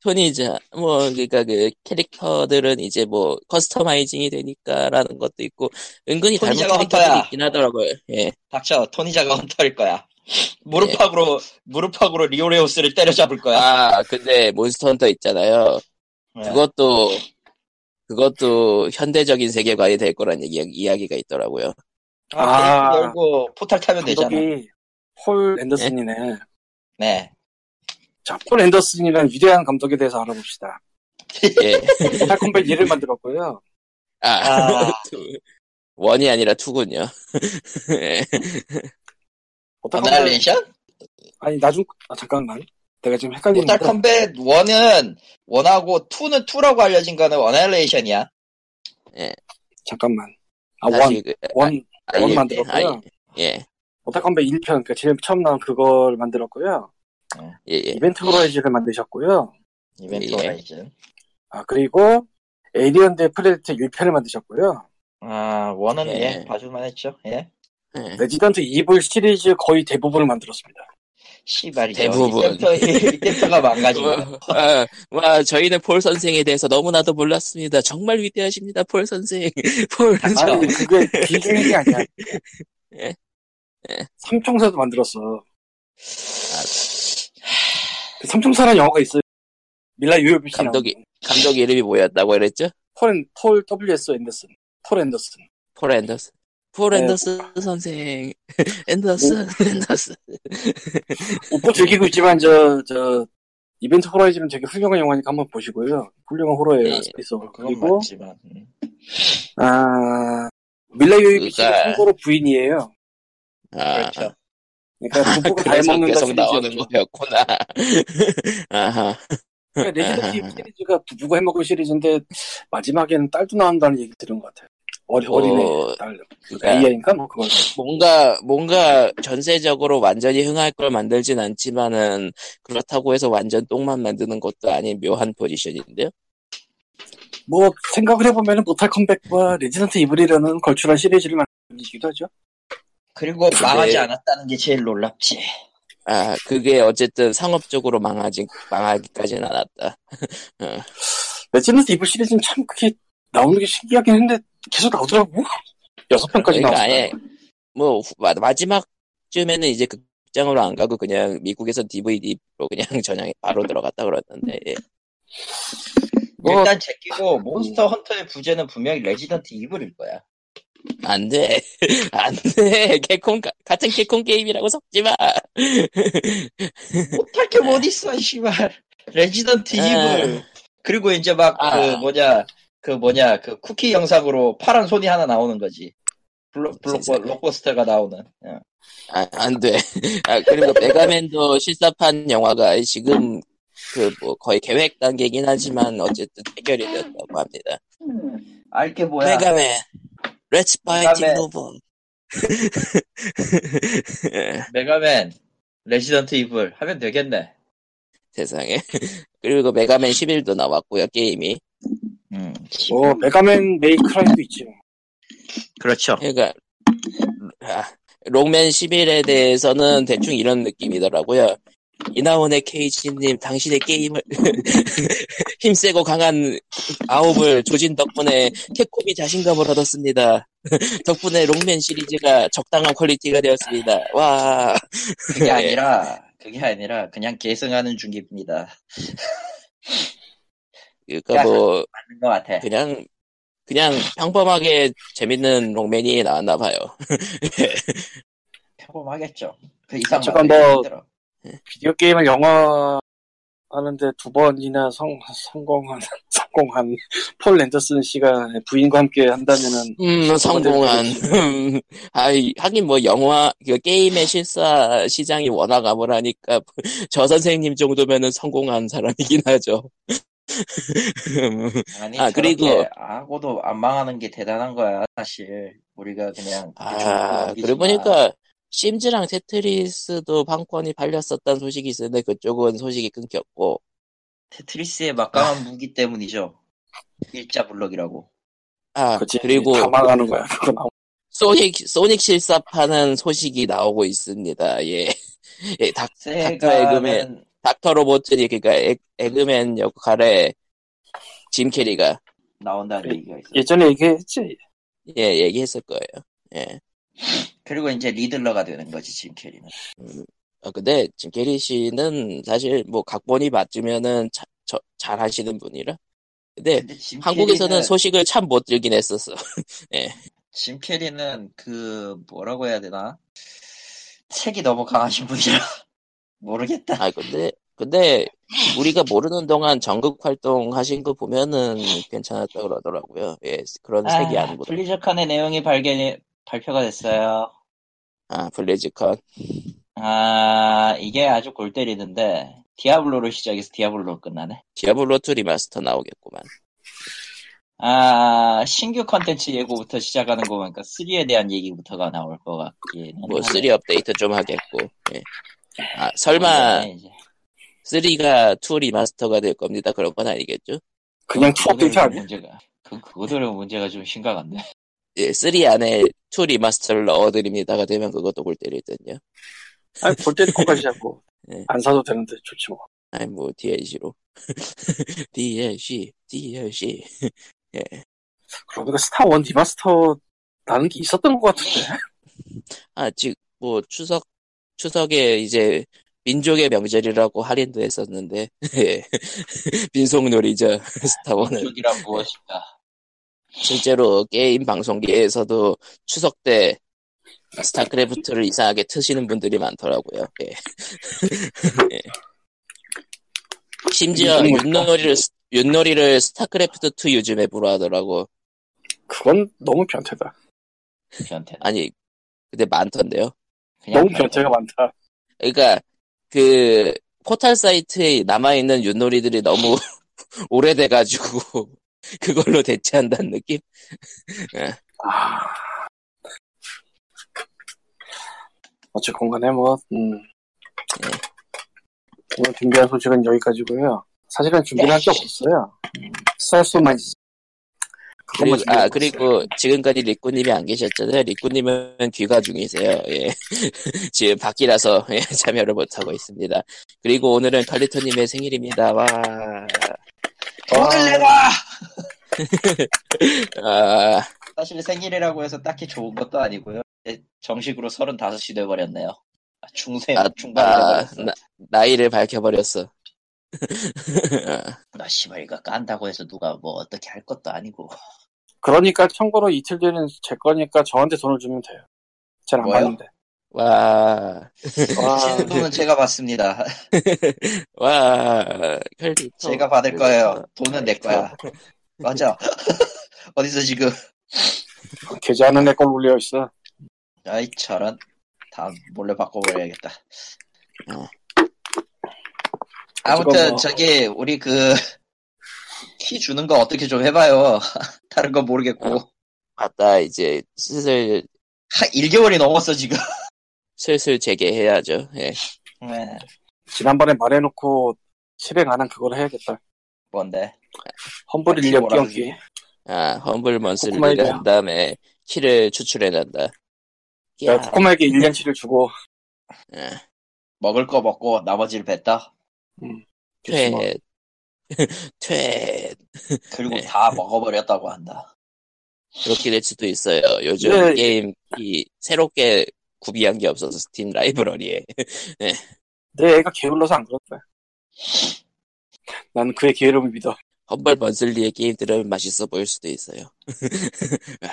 토니자 뭐 그러니까 그 캐릭터들은 이제 뭐 커스터마이징이 되니까라는 것도 있고 은근히 닮은 토니자가 캐릭터들이 헌터야. 있긴 하더라고요. 예 닥쳐 토니자가 헌터일 거야 무릎팍으로 무릎팍으로 리오레오스를 때려잡을 거야 예. 아 근데 몬스터 헌터 있잖아요. 네. 그것도 그것도 현대적인 세계관이 될 거란 얘기, 이야기가 있더라고요. 아, 아. 게임 열고 포탈 타면 되잖아. 감독이 폴 앤더슨이네. 예? 네. 자, 폴 앤더슨이란 위대한 감독에 대해서 알아봅시다. 예. 모탈컴뱃 2를 만들었고요. 아, 아. 투- 원이 아니라 투군요. 예. 아, 모탈컴뱃 어날레이션? 아니 나중 아 잠깐만. 내가 지금 헷갈리는데. 포탈 컴뱃 1은 1하고 2는 2라고 알려진 거는 어날레이션이야. 잠깐만. 아, 다시 원. 그- 원. 아, 원 예, 만들었고요. 아, 예, 모탈컴뱃 1편 그러니까 제일 처음 나온 그걸 만들었고요. 예, 예. 이벤트 호라이즌을 만드셨고요. 이벤트 예. 오라이즌. 아, 그리고 에이리언 대 프레데터 1편을 만드셨고요. 아, 1은 예. 예, 봐줄만 했죠. 예. 예. 레지던트 이블 시리즈 거의 대부분을 만들었습니다. 씨발이죠. 대부분. 이때부터, 이때부터가 망가진 거야. 와, 아, 와, 저희는 폴 선생에 대해서 너무나도 몰랐습니다. 정말 위대하십니다, 폴 선생. 폴 아니, 선생. 그게 비중이 아니야. 예. 예. 삼총사도 만들었어. 그 삼총사라는 영화가 있어요. 밀라 유요비치 감독이. 아, 감독 이름이 뭐였다고 그랬죠? 폴, 폴 W.S. 앤더슨. 폴 앤더슨. 폴 앤더슨. 폴 네. 앤더슨 선생. 앤더슨, 앤더슨. 웃고 즐기고 있지만, 저, 저, 이벤트 호라이즌은 되게 훌륭한 영화니까 한번 보시고요. 훌륭한 호러예요, 네. 스페이스 호러. 그건 그리고, 맞지만. 음. 아, 밀라 유요비치가 그가- 참고로 부인이에요. 아, 그렇죠. 그러니까 부부가 잘 그래서 먹는다 뭐. 계속 시리즈였죠. 나오는 거였구나. 아하. 그러니까 레지던트 이브 시리즈가 부부가 해먹은 시리즈인데 마지막에는 딸도 나온다는 얘기 들은 것 같아요. 어리, 어린애 어, 딸. 그러니까 AI인가? 뭐 그걸. 뭔가 뭔가 전세적으로 완전히 흥할 걸 만들진 않지만은 그렇다고 해서 완전 똥만 만드는 것도 아닌 묘한 포지션인데요. 뭐 생각을 해보면 모탈 컴백과 레지던트 이블이라는 걸출한 시리즈를 만들기도 하죠. 그리고 망하지 네. 않았다는 게 제일 놀랍지. 아 그게 어쨌든 상업적으로 망하지 망하기까지는 않았다. 레지던트 이블 시리즈는 참 그게 나오는 게 신기하긴 했는데 계속 나오더라고. 여섯 편까지 그러니까 나왔어요. 아예 뭐 후- 마- 마지막쯤에는 이제 극장으로 안 가고 그냥 미국에서 DVD로 그냥 전향에 바로 들어갔다 그러던데 예. 뭐- 일단 제끼고 몬스터 헌터의 부재는 분명히 레지던트 이블일 거야. 안 돼. 안 돼. 개콘, 가- 같은 개콘 게임이라고 섞지 마. 못할 게 뭐 있어, 씨발. 레지던트 이블. 에. 그리고 이제 막, 아. 그, 뭐냐, 그 뭐냐, 그 쿠키 영상으로 파란 손이 하나 나오는 거지. 블록, 블록, 세상에. 록버스터가 나오는. 예. 아, 안 돼. 아, 그리고 메가맨도 실사판 영화가 지금 그 뭐 거의 계획 단계긴 하지만 어쨌든 해결이 됐다고 합니다. 알게 뭐야. 메가맨, 레츠 파이팅 로봇. 메가맨, 레지던트 이블 하면 되겠네. 세상에. 그리고 메가맨 11도 나왔고요, 게임이. 음. 뭐 메가맨 메이크라인도 있지. 그렇죠. 그러니까 아, 롱맨 11에 대해서는 대충 이런 느낌이더라고요. 이나온의 케이지님, 당신의 게임을 힘세고 강한 아홉을 조진 덕분에 캡콤이 자신감을 얻었습니다. 덕분에 롱맨 시리즈가 적당한 퀄리티가 되었습니다. 와, 그게 아니라, 그게 아니라 그냥 계승하는 중입니다. 그러니까 뭐 맞는 것 같아. 그냥 그냥 평범하게 재밌는 롱맨이 나왔나 봐요. 평범하겠죠. 그 이상 잠깐 만들기 뭐- 힘들어. 비디오 게임을 영화 하는데 두 번이나 성, 성공한 성공한 폴 랜더슨 씨가 부인과 함께 한다면은 음, 성공한. 음, 아이, 하긴 뭐 영화, 그 게임의 실사 시장이 워낙 암울하니까 저 선생님 정도면은 성공한 사람이긴 하죠. 음, 아니, 아, 그리고- 그리고 하고도 안 망하는 게 대단한 거야, 사실. 우리가 그냥 아, 대충 그러고 넘기지만. 보니까 심즈랑 테트리스도 판권이 팔렸었다는 소식이 있었는데 그쪽은 소식이 끊겼고 테트리스의 막강한 무기 때문이죠. 일자 블럭이라고. 아, 그치. 그리고 다 망하는 거야. 그건 아무- 소닉 소닉 실사판은 소식이 나오고 있습니다. 예. 예, 다 세가는 닥터 로봇이 그러니까 에, 에그맨 역할의 짐 캐리가 그 나온다는 얘기가 있어. 요 예전에 얘기했지. 예 얘기했을 거예요. 예. 그리고 이제 리들러가 되는 거지, 짐 캐리는. 어, 근데 짐 캐리 씨는 사실 뭐 각본이 맞으면은 차- 저- 잘하시는 분이라. 근데 근데 짐 예. 한국에서는 캐리는, 소식을 참 못 들긴 했었어. 짐 캐리는 그 뭐라고 해야 되나? 색이 너무 강하신 분이라 모르겠다. 아 근데 근데 우리가 모르는 동안 전극 활동 하신 거 보면은 괜찮았다 그러더라고요. 예 그런 색이 아, 안 보다. 블리즈컨의 내용이 발견이 발표가 됐어요. 아 블레지컨. 아, 이게 아주 골 때리는데, 디아블로로 시작해서 디아블로로 끝나네. 디아블로 2 리마스터 나오겠구만. 아, 신규 컨텐츠 예고부터 시작하는 거 보니까 3에 대한 얘기부터가 나올 것 같긴 뭐 아, 하네. 3 업데이트 좀 하겠고. 예. 아 네. 설마 3가 2 리마스터가 될 겁니다. 그런 건 아니겠죠? 그냥 투업 데이트 그거대로 아니야? 문제가, 그, 그거대로 문제가 좀 심각한데. 예, 3 안에 2 리마스터를 넣어드립니다가 되면 그것도 골 때릴 듯요. 아니, 볼때 거까지 잡고. 네. 안 사도 되는데 좋지 뭐. 아니 뭐 DLC로 DLC DLC 그러고 보니까 스타원 디마스터 라는 게 있었던 것 같은데. 아직 뭐 추석 추석에 이제 민족의 명절이라고 할인도 했었는데 예. 빈속놀이죠 스타워는 민족이란 무엇인가? 실제로 게임 방송계에서도 추석 때 스타크래프트를 이상하게 트시는 분들이 많더라고요. 예. 예. 심지어 윷놀이를 스- 윷놀이를 스타크래프트 2 요즘 앱으로 하더라고. 그건 너무 변태다. 변태. 아니 근데 많던데요. 그냥 너무 변태. 변태가 많다. 그러니까 그 포탈 사이트에 남아 있는 윷놀이들이 너무 오래돼가지고 그걸로 대체한다는 느낌. 아. 어쨌건 간에 뭐, 음. 오늘 준비한 소식은 여기까지고요 사실은 준비할 게 없었어요. 쌀소만 있 그것만 그리고, 아, 준비하고 있어요. 그리고 지금까지 리꾸님이 안 계셨잖아요. 리꾸님은 귀가 중이세요. 예. 지금 밖이라서 예, 참여를 못하고 있습니다. 그리고 오늘은 칼리토님의 생일입니다. 와. 돈을 내라! 아, 사실 생일이라고 해서 딱히 좋은 것도 아니고요. 예, 정식으로 35시 돼버렸네요. 아, 중세, 아, 중반이 아, 돼버렸어. 나, 나이를 밝혀버렸어. 나 씨발 이거 깐다고 해서 누가 뭐 어떻게 할 것도 아니고. 그러니까 참고로 이틀 뒤는 제 거니까 저한테 돈을 주면 돼요. 잘안 뭐요? 받는데. 아, 와, 아, 네. 치는 돈은 제가 받습니다. 어, 와, 칼리토. 어, 제가 받을 거예요. 아, 돈은 내 거야. 맞아. 어디서 지금. 네. 계좌는 내 걸 올려 있어. 아이 저런. 다 몰래 바꿔버려야겠다. 어. 아무튼 뭐. 저기 우리 그 키 주는 거 어떻게 좀 해봐요. 다른 건 어. 모르겠고. 맞다, 이제 슬슬, 하, 1개월이 넘었어 지금. 슬슬 재개해야죠. 예. 네. 지난번에 말해놓고 실행 안 한 그걸 해야겠다. 뭔데? 험블 인력 경기. 아, 험블 코코마이드. 먼슬리를 한 다음에 키를 추출해낸다. 야, 내가 코코마에게 1년치를 주고 예. 먹을 거 먹고 나머지를 뱉다. 퇴, 뭐, 퇴, 그리고 네. 다 먹어버렸다고 한다. 그렇게 될 수도 있어요. 요즘 네. 게임이 새롭게 구비한 게 없어서 스팀 라이브러리에. 내 애가 게을러서 안 그렇다. 난 그의 게으름을 믿어. 험블 먼슬리의 게임들은 맛있어 보일 수도 있어요.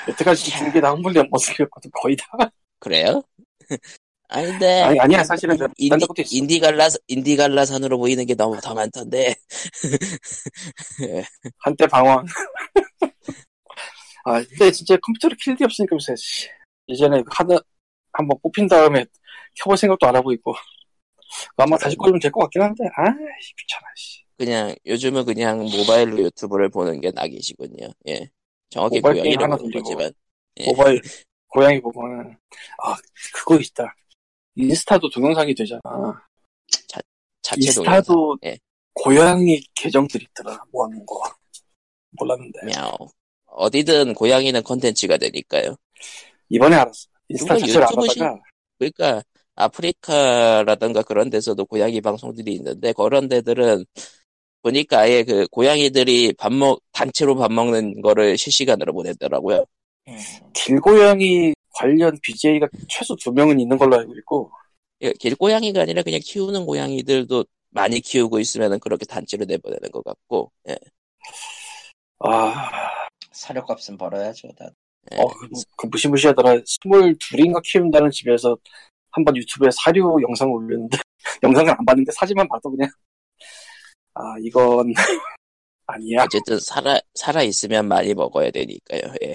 여태까지 준게 나 험블 모습이었거든 거의 다. 그래요? 아닌데. 아니 아니야 사실은 난 인디, 것도 있어. 인디갈라, 인디갈라산으로 보이는 게 너무 더 많던데. 한때 방황. 아 근데 진짜 컴퓨터를 킬데 없으니까 요새 씨. 이제는 하나 한번 뽑힌 다음에 켜볼 생각도 안 하고 있고. 아마 다시 꼴면 될 것 같긴 한데 아이 귀찮아 씨. 그냥, 요즘은 그냥 모바일로 유튜브를 보는 게 낙이시군요. 예. 정확히 모바일 게임 고양이라고 하나 는 돌리고. 거지만. 예. 모바일 고양이 보면 아 그거 있다. 인스타도 동영상이 되잖아. 자체 동영상. 인스타도 예. 고양이 계정들 있더라. 뭐 하는 거 몰랐는데 야오. 어디든 고양이는 컨텐츠가 되니까요. 이번에 알았어. 인스타 그거 자체를 유튜브지. 알아다가 그러니까 아프리카라든가 그런 데서도 고양이 방송들이 있는데 그런 데들은 보니까 아예 그 고양이들이 밥 먹, 단체로 밥 먹는 거를 실시간으로 보내더라고요. 길고양이 관련 BJ가 최소 두 명은 있는 걸로 알고 있고 예, 길고양이가 아니라 그냥 키우는 고양이들도 많이 키우고 있으면은 그렇게 단체로 내보내는 것 같고, 예. 아 사료값은 벌어야죠. 다. 예. 어, 그, 그 무시무시하더라. 스물 둘인가 키운다는 집에서 한 번 유튜브에 사료 영상을 올렸는데 영상을 안 봤는데 사진만 봐도 그냥 아 이건 아니야. 어쨌든 살아, 살아있으면 많이 먹어야 되니까요, 예.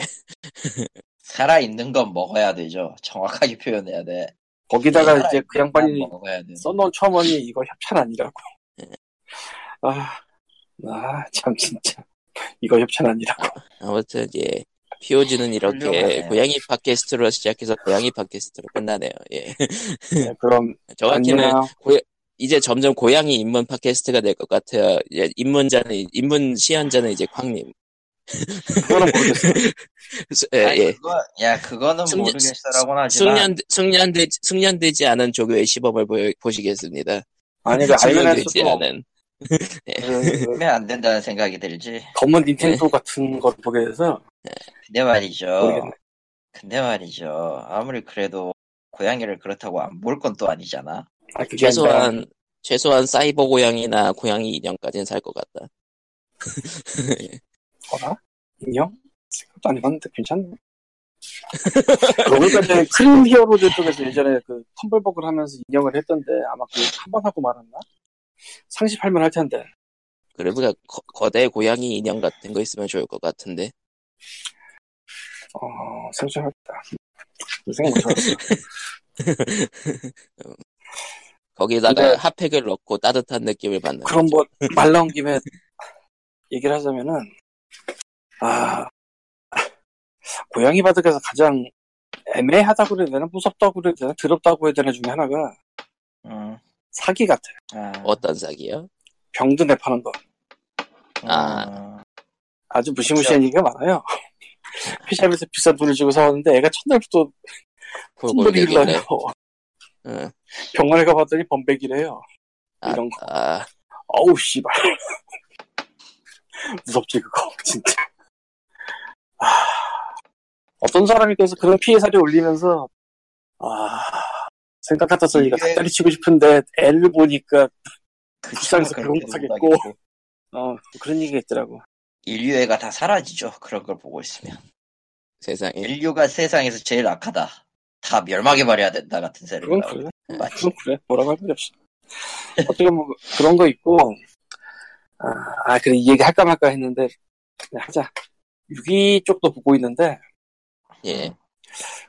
살아있는 건 먹어야 되죠. 정확하게 표현해야 돼. 예. 거기다가 이제 그 양반이 뭐, 먹어야 돼. 써놓은 첨언이 이거 협찬 아니라고. 네. 아, 아, 참, 진짜. 이거 협찬 아니라고. 아무튼, 예. POG는 이렇게 훌륭하네요. 고양이 팟캐스트로 시작해서 고양이 팟캐스트로 끝나네요, 예. 네, 그럼, 정확히는 안녕. 이제 점점 고양이 입문 팟캐스트가 될 것 같아요. 예, 입문자는, 입문 시연자는 이제 광님. 그거는 모르겠어. 예, 아니, 예. 그거, 야, 그거는 승려- 모르겠어라고는 하지만. 숙련 숙련되 숙련되지 않은 조교의 시범을 보여, 보시겠습니다. 아니, 그 숙련되지 알면서도 않은 그 하면 안 된다는 생각이 들지. 검은 네. 닌텐도 같은 걸 보게 돼서 근데 말이죠. 모르겠네. 근데 말이죠. 아무리 그래도 고양이를 그렇다고 안 볼 건 또 아니잖아. 아, 그게 아니라 최소한 최소한 사이버 고양이나 고양이 인형까지는 살 것 같다. 어라? 인형? 생각도 안 해봤는데 괜찮네. 그러니까 크림 히어로즈 쪽에서 예전에 그 텀블벅을 하면서 인형을 했던데 아마 그 한 번 하고 말았나? 상시 팔면 할 텐데 그래도 그러니까 거, 거대 고양이 인형 같은 거 있으면 좋을 것 같은데. 어 생소하겠다. 생각 못하겠어. 거기다가 근데- 핫팩을 넣고 따뜻한 느낌을 받는. 그럼 뭐 말 나온 김에 얘기를 하자면은 아 고양이 바둑에서 가장 애매하다고 그래야 되나 무섭다고 그래야 되나 더럽다고 해야 되나 중에 하나가 음. 사기 같아. 아, 어떤 사기요? 병든에 파는 거. 음. 아. 아주 무시무시한 얘기가 많아요. 피샵에서 비싼 돈을 주고 사왔는데 애가 첫날부터 손들이 일러요. 응. 병원에 가봤더니 범백이래요. 아, 이런 거. 아, 어우 씨발. 무섭지 그거 진짜. 아, 어떤 사람이 그래서 그런 피해 사례 올리면서 아 생각 같아서 이거 이게- 닭다리 치고 싶은데 애를 보니까 그 불쌍해서 참을 그런 거 그렇게 못하겠고. 사겠고. 어 그런 얘기가 있더라고. 인류애가 다 사라지죠. 그런 걸 보고 있으면. 예. 세상에. 음. 인류가 세상에서 제일 악하다. 다 멸망해 버려야 된다 같은 세를. 그건 그래. 맞지. 아, 그건 그래. 뭐라고 할 필요 없어. 어떻게 뭐 그런 거 있고 아, 아, 그래 이 얘기 할까 말까 했는데 그냥 하자. 유기 쪽도 보고 있는데 예.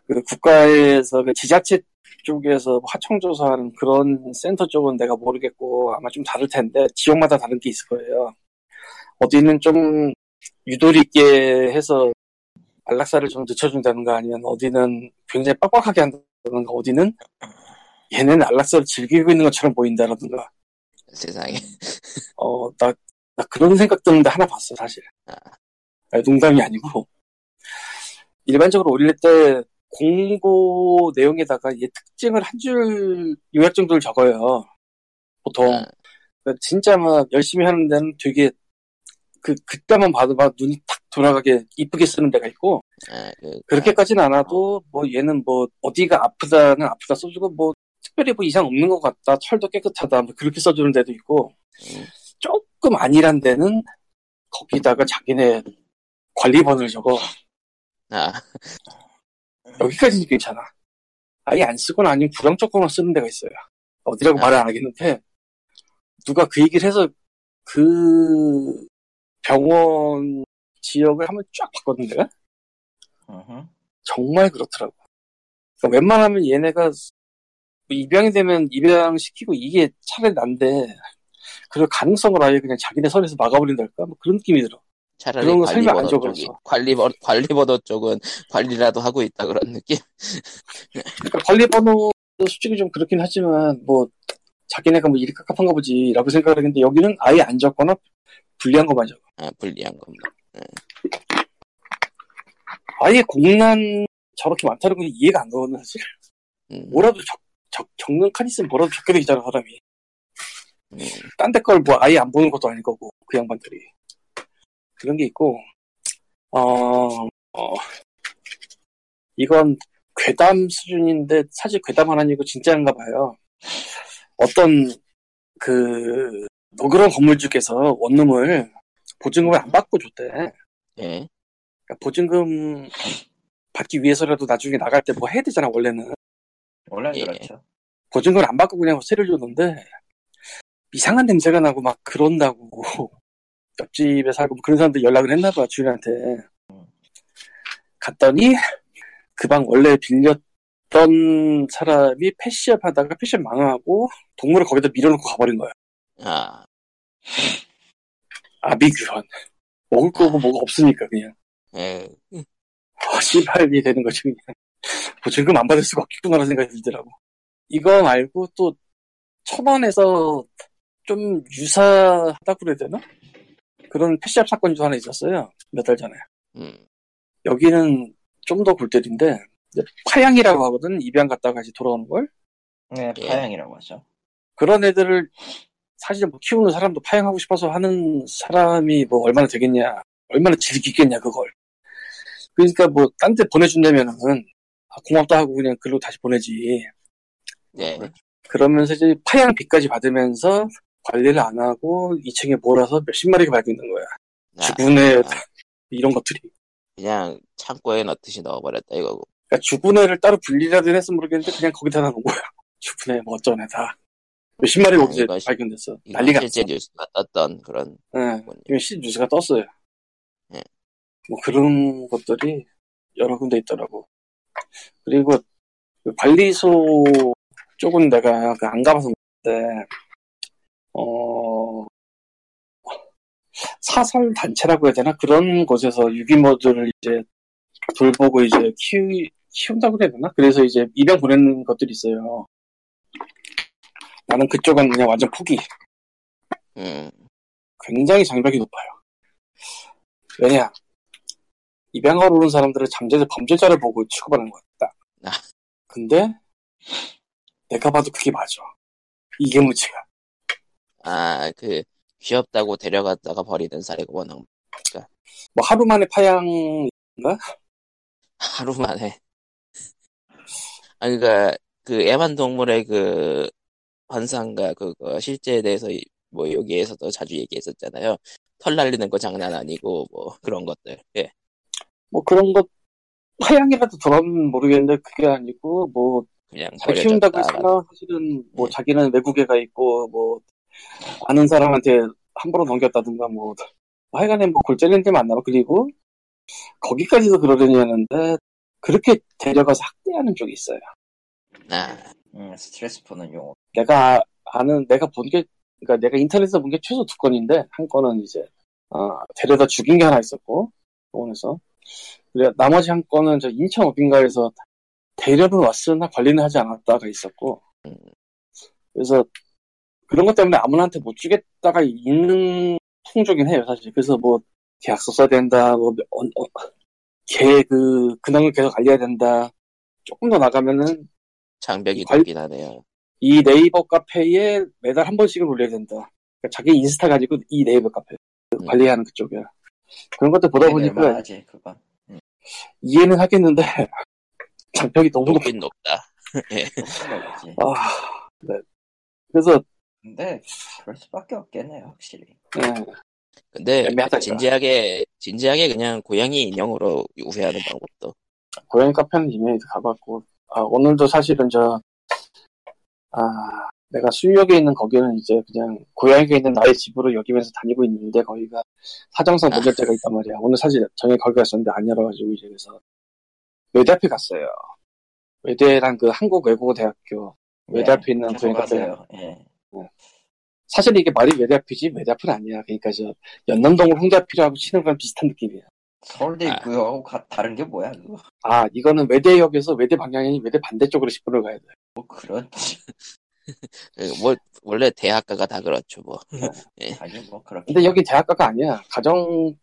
그 국가에서 그 지자체 쪽에서 하청 조사하는 그런 센터 쪽은 내가 모르겠고 아마 좀 다를 텐데 지역마다 다른 게 있을 거예요. 어디는 좀 유도리 있게 해서 안락사를 좀 늦춰준다는가 아니면 어디는 굉장히 빡빡하게 한다든가 어디는 얘네는 안락사를 즐기고 있는 것처럼 보인다라든가 세상에. 어나 나 그런 생각 드는데 하나 봤어 사실 아. 아니, 농담이 아니고 일반적으로 올릴 때 공고 내용에다가 얘 특징을 한 줄 요약 정도를 적어요 보통 아, 그러니까 진짜 막 열심히 하는 데는 되게 그 그때만 봐도 막 눈이 탁 돌아가게 이쁘게 쓰는 데가 있고 아, 그, 그렇게까지는 안 하고 뭐 얘는 뭐 어디가 아프다는 아프다 써주고 뭐 특별히 뭐 이상 없는 것 같다 털도 깨끗하다 뭐 그렇게 써주는 데도 있고 음. 조금 아니란 데는 거기다가 자기네 관리번호를 적어 아, 여기까지는 괜찮아 아예 안 쓰거나 아니면 불황 조건만 쓰는 데가 있어요 어디라고 아. 말을 안 하겠는데 누가 그 얘기를 해서 그 병원 지역을 한번 쫙 봤거든 내가 음흠. 정말 그렇더라고. 그러니까 웬만하면 얘네가 뭐 입양이 되면 입양시키고 이게 차라리 난데, 그럴 가능성을 아예 그냥 자기네 선에서 막아버린달까? 뭐 그런 느낌이 들어. 차라리 그런 거 관리 설명 안 번호 적어서. 쪽이 관리 번 관리 번호 쪽은 관리라도 하고 있다 그런 느낌. 그러니까 관리번호도 솔직히 좀 그렇긴 하지만, 뭐, 자기네가 뭐 일이 깝깝한가 보지, 라고 생각을 했는데, 여기는 아예 안 적거나 불리한 것만 적어. 아, 불리한 겁니다. 아예 공난 저렇게 많다는 건 이해가 안 가거든, 사실. 음, 뭐라도 적, 적, 적는 칸 있으면 뭐라도 적게 되잖아, 사람이. 음, 딴 데 걸 뭐 아예 안 보는 것도 아닐 거고 그 양반들이 그런 게 있고 어, 어, 이건 괴담 수준인데 사실 괴담 하나이고 진짜인가 봐요 어떤 그 노그런 건물주께서 원룸을 보증금을 안 받고 줬대 그러니까 예. 보증금 받기 위해서라도 나중에 나갈 때 뭐 해야 되잖아 원래는 원래 예. 그렇죠. 보증금 을안 받고 그냥 세를 줬는데 이상한 냄새가 나고 막 그런다고 옆집에 살고 뭐 그런 사람들 연락을 했나 봐 주인한테 갔더니 그 방 원래 빌렸던 사람이 패시업 하다가 패시업 망하고 동물을 거기다 밀어놓고 가버린 거야 아, 아비규환 먹을 거고 뭐가 없으니까 그냥 예. 어, 씨발이 되는 거지 그냥 보증금 안 받을 수가 없겠구나라는 생각이 들더라고 이거 말고 또 천원에서 좀 유사하다고 그래야 되나? 그런 패시업 사건이 또 하나 있었어요. 몇 달 전에. 음. 여기는 좀 더 골때리인데 파양이라고 하거든. 입양 갔다가 다시 돌아오는 걸. 네, 예. 파양이라고 하죠. 그런 애들을 사실 뭐 키우는 사람도 파양하고 싶어서 하는 사람이 뭐 얼마나 되겠냐, 얼마나 즐기겠냐 그걸. 그러니까 뭐 딴 데 보내준다면은 아, 고맙다 하고 그냥 글로 다시 보내지. 네. 그러면서 이제 파양비까지 받으면서 관리를 안 하고 2층에 몰아서 몇십 마리가 발견된 거야. 아, 주군에 아. 이런 것들이. 그냥 창고에 넣듯이 넣어버렸다 이거고. 그러니까 주군애를 따로 분리라도 했으면 모르겠는데 그냥 거기다 놓은 거야. 주군애 뭐 어쩌네 다. 몇십 마리가 아, 어제 이거 시- 발견됐어. 이거 난리가 실제 뉴스가 떴던 그런 예, 거군요. 이건 시 뉴스가 떴어요. 예. 뭐 그런 것들이 여러 군데 있더라고. 그리고 그 관리소 쪽은 내가 그안 가봐서 모르는데, 어, 사설 단체라고 해야 되나? 그런 곳에서 유기모들을 이제 돌보고 이제 키우, 키운다고 그래야 되나? 그래서 이제 입양 보내는 것들이 있어요. 나는 그쪽은 그냥 완전 포기. 음. 굉장히 장벽이 높아요. 왜냐? 입양하러 오는 사람들은 잠재적 범죄자를 보고 취급하는 것 같다. 아. 근데 내가 봐도 그게 맞아. 이게 문제야. 아, 그 귀엽다고 데려갔다가 버리는 사례가 워낙 뭐 하루 만에 파양 하루 만에. 아, 그니까, 그, 애완동물의 그, 환상과 그거, 실제에 대해서, 이- 뭐, 여기에서도 자주 얘기했었잖아요. 털 날리는 거 장난 아니고, 뭐, 그런 것들. 예. 뭐 그런 것 파양이라도 돌아오면 모르겠는데 그게 아니고 뭐 잘 그냥 키운다고 버려졌다. 했으나 사실은 뭐 네. 자기는 외국에 가 있고 뭐 아는 사람한테 함부로 넘겼다든가 뭐 하여간에 뭐 골절인 데만나봐 그리고 거기까지도 그러려니 하는데 그렇게 데려가서 학대하는 쪽이 있어요. 아, 음, 스트레스 푸는 용어. 내가 아는 내가 본 게 그러니까 내가 인터넷에서 본 게 최소 두 건인데 한 건은 이제 아, 데려다 죽인 게 하나 있었고 병원에서 그래 나머지 한 건은 저 인천 어딘가에서 데려는 왔으나 관리는 하지 않았다가 있었고 음. 그래서 그런 것 때문에 아무나한테 못 주겠다가 있는 통조긴 해요 사실 그래서 뭐 계약서 써야 된다 뭐 어, 뭐걔그 근황을 계속 알려야 된다 조금 더 나가면은 장벽이 관- 높긴 하네요. 이 네이버 카페에 매달 한 번씩은 올려야 된다. 그러니까 자기 인스타 가지고 이 네이버 카페 그 음. 관리하는 그쪽이야. 그런 것도 네, 보다 보니까 하지 그건. 이해는 하겠는데 장벽이 너무 높아. 높긴 높다. 그거지. 아, 네. 그래서 근데 그럴 수밖에 없겠네요, 확실히. 네. 근데, 애매하다, 그러니까. 이거. 진지하게, 진지하게 그냥 고양이 인형으로 우회하는 방법도. 고양이 카페는 이미 가봤고 아, 오늘도 사실은 저 아, 내가 수유역에 있는 거기는 이제 그냥 고양이가 있는 나의 집으로 여기면서 다니고 있는데 거기가 사정상 아. 문제가 있단 말이야. 오늘 사실 저녁에 거기 갔었는데 안 열어가지고 이제 그래서 외대 앞에 갔어요. 외대랑 그 한국 외국어 대학교 외대 앞에 있는 계속 고양이 카페. 하세요. 예. 사실 이게 말이 외대 앞이지 외대 앞은 아니야. 그러니까 저 연남동을 홍대 앞이라고 치는 거랑 비슷한 느낌이야. 서울대 아. 입구하고 가- 다른 게 뭐야 그거? 아 이거는 외대역에서 외대 방향이 아닌 외대 반대쪽으로 10분을 가야 돼. 뭐 그런 예, 월- 원래 대학가가 다 그렇죠, 뭐. 아니 뭐 그렇게. 근데 여기 대학가가 아니야. 가정,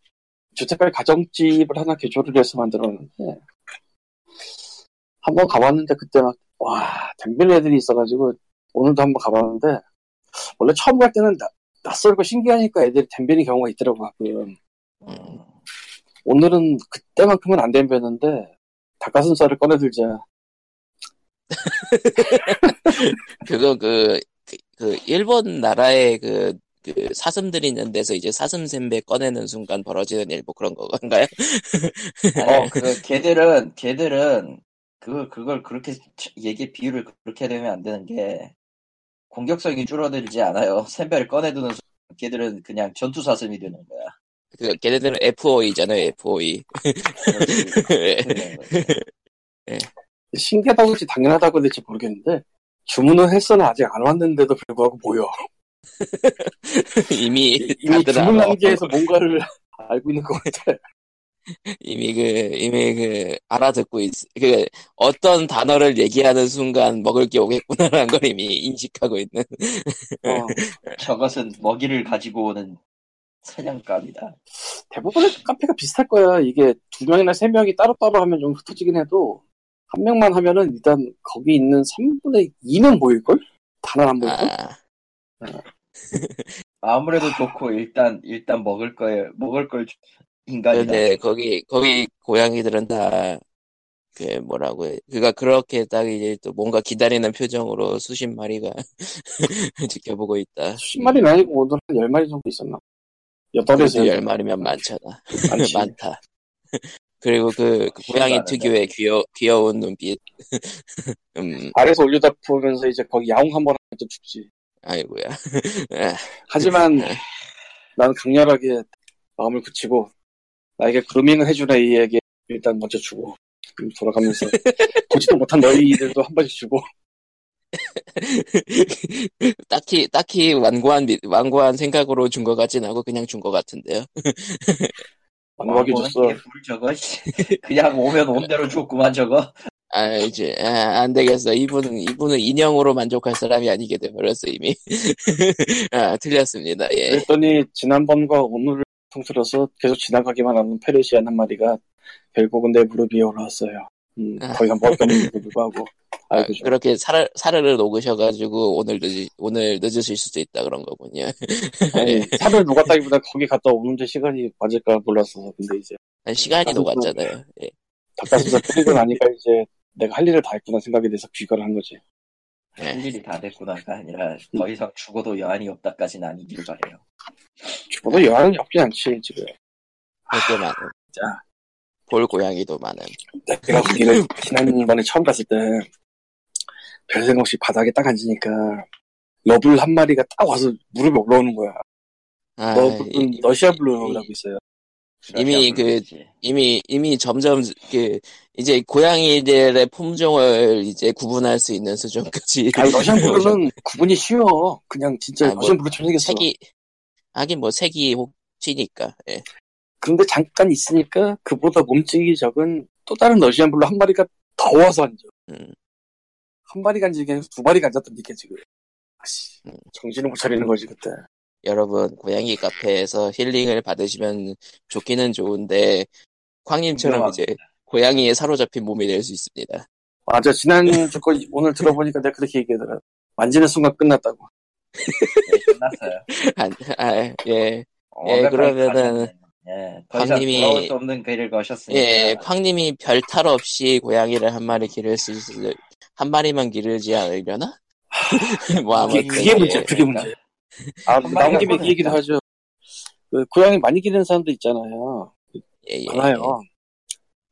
주택발 가정집을 하나 개조를 해서 만들었는데, 한번 가봤는데 그때 막, 와, 덤빌 애들이 있어가지고, 오늘도 한번 가봤는데, 원래 처음 갈 때는 나- 낯설고 신기하니까 애들이 덤비는 경우가 있더라고, 가끔. 음, 오늘은 그때만큼은 안 덤볐는데, 닭가슴살을 꺼내들자. 그거 그, 그, 그 일본 나라의 그, 그 사슴들이 있는 데서 이제 사슴 샘배 꺼내는 순간 벌어지는 일부 뭐 그런 건가요? 어, 그 걔들은 걔들은 그 그걸 그렇게 치- 얘기 비율을 그렇게 되면 안 되는 게 공격성이 줄어들지 않아요. 샘배를 꺼내두는 순간 걔들은 그냥 전투 사슴이 되는 거야. 그 걔네들은 FOE잖아요, E. FOE. 그렇지. 되는 거지. 신기하다고 할지 당연하다고 할지 모르겠는데, 주문은 했으나 아직 안 왔는데도 불구하고 보여. 이미 이미 다들 주문 알아. 단계에서 뭔가를 알고 있는 것 같아. 이미 그 이미 그 알아듣고 있. 그 어떤 단어를 얘기하는 순간 먹을 게 오겠구나라는 걸 이미 인식하고 있는. 어, 저것은 먹이를 가지고 오는 사냥감이다. 대부분의 카페가 비슷할 거야. 이게 두 명이나 세 명이 따로따로 하면 좀 흩어지긴 해도 한 명만 하면은 일단 거기 있는 3분의 2는 보일걸? 단한 안 보일걸? 아, 아무래도 좋고 일단 일단 먹을 거에 먹을 걸 주- 인간이다. 근데 네, 거기 거기 고양이들은 다. 그 뭐라고 해. 그가 그렇게 딱 이제 또 뭔가 기다리는 표정으로 수십 마리가 지켜보고 있다. 수십 마리는 아니고 오늘 한 열 마리 정도 있었나? 여덟에서 그래도 열 열 마리면 많잖아. 많지. 많다. 그리고 그, 그 고양이 많은데. 특유의 귀여, 귀여운 눈빛. 음, 아래서 올려다 보면서 이제 거기 야옹 한 번 하면 또 죽지. 아이고야. 하지만 난 강렬하게 마음을 굳히고 나에게 그루밍을 해준 아이에게 일단 먼저 주고 그리고 돌아가면서 보지도 못한 너희들도 한 번씩 주고 딱히, 딱히 완고한, 미- 완고한 생각으로 준 것 같진 않고 그냥 준 것 같은데요. 완벽히 먹은 줬어. 뭐 게 불 저거 씨. 그냥 오면 온 대로 줬구만 저거. 아, 이제, 아, 안 되겠어. 이분은, 이분은 인형으로 만족할 사람이 아니게 돼버렸어, 이미. 아, 틀렸습니다. 예. 그랬더니 지난번과 오늘을 통틀어서 계속 지나가기만 하는 페르시안 한 마리가 결국은 내 무릎 위에 올라왔어요. 음, 더 이상 먹을 건데도 불구하고 아, 아이고 좀 그렇게 사르, 사르르 녹으셔가지고 오늘 늦, 오늘 늦으실 수도 있다 그런 거군요. 아니, 살을 녹았다기보다 거기 갔다 오는데 시간이 맞을까 몰랐어서 근데 이제 아니, 시간이 나도 좀- 녹았잖아요. 예. 닭가슴살 끓이고 나니까 이제 내가 할 일을 다 했구나 생각이 돼서 귀가를 한 거지. 네. 할 일이 다 됐구나가 아니라 더 이상 죽어도 여한이 없다까지는 아니길 바래요. 죽어도 여한이 없긴 않지 지금. 아, 할게 많음. 자. 볼 고양이도 많음. 내가 거기를 네, 지난번에 처음 갔을 때 별 생각 없이 바닥에 딱 앉으니까 러블 한 마리가 딱 와서 무릎에 올라오는 거야. 아, 러블은 이- 뭐, 러시아 블루라고 있어요. 이미 러시아 그- 불렀지. 네, 이미 이미 점점 그 이제 고양이들의 품종을 이제 구분할 수 있는 수준까지. 아니, 러시아 블루는 구분이 쉬워. 그냥 진짜 아, 뭐, 러시아 블루처럼 생겼어. 색이 하긴 뭐 색이 혹시니까. 예. 그런데 잠깐 있으니까 그보다 몸집이 적은 또 다른 러시안 블루 한 마리가 더워서 앉아. 음. 한 마리가 앉은 게 아니라 두 마리가 앉았던 게 지금. 아씨, 음. 정신을 못 차리는 거지 그때. 여러분 고양이 카페에서 힐링을 받으시면 좋기는 좋은데 광님처럼 이제 고양이에 사로잡힌 몸이 될 수 있습니다. 맞아 지난주 거 오늘 들어보니까 내가 그렇게 얘기하더라. 만지는 순간 끝났다고. 네, 끝났어요. 아, 아, 예, 어, 예, 몇 그러면은 가지 예, 더 이상 광님이- 돌아올 수 없는 길을 거셨으니까 예, 광님이 별 탈 없이 고양이를 한 마리 기를 수 있을 한 마리만 기르지 않으려나? 뭐 아무튼 그게 문제야, 예. 그게 문제야. 그러니까. 아, 나온 김에 그 얘기도 하죠. 그 고양이 많이 기르는 사람도 있잖아요. 예, 예, 많아요.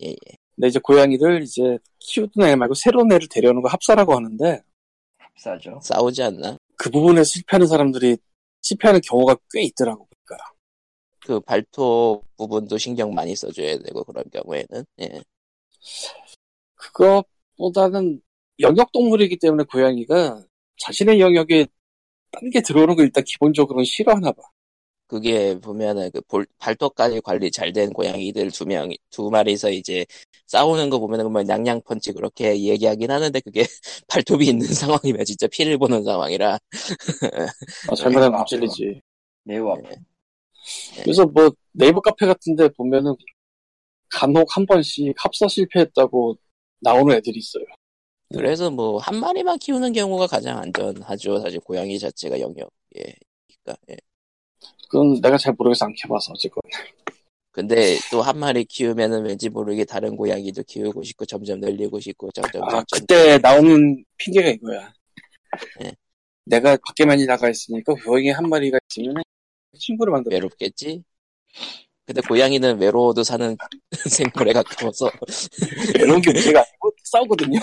예, 예. 근데 이제 고양이를 이제 키우던 애 말고 새로운 애를 데려오는 거 합사라고 하는데 비싸죠. 싸우지 않나? 그 부분에 실패하는 사람들이 실패하는 경우가 꽤 있더라고. 그러니까 그 발톱 부분도 신경 많이 써줘야 되고 그런 경우에는 예. 그것보다는 영역 동물이기 때문에 고양이가 자신의 영역에 딴 게 들어오는 걸 일단 기본적으로는 싫어하나 봐. 그게 보면은 그 볼- 발톱까지 관리 잘 된 고양이들 두 명, 두 마리서 이제 싸우는 거 보면은 뭐 냥냥 펀치 그렇게 얘기하긴 하는데 그게 발톱이 있는 상황이면 진짜 피를 보는 상황이라 아, 잘못하면 앞질리지. 매우 아프. 그래서 뭐 네이버 카페 같은데 보면은 간혹 한 번씩 합사 실패했다고 나오는 애들이 있어요. 그래서 뭐 한 마리만 키우는 경우가 가장 안전하죠. 사실 고양이 자체가 영역 예. 그러니까 예. 그건 내가 잘 모르겠어 안 캐봐서 어쨌건 근데 또 한 마리 키우면은 왠지 모르게 다른 고양이도 키우고 싶고 점점 늘리고 싶고 점점 아 점점 그때 나오는 핑계가 이거야. 예. 내가 밖에 많이 나가 있으니까 고양이 한 마리가 있으면 친구를 만들어. 예. 외롭겠지? 근데 고양이는 외로워도 사는 생물에 가까워서 이런 게 문제가 아니고 싸우거든요.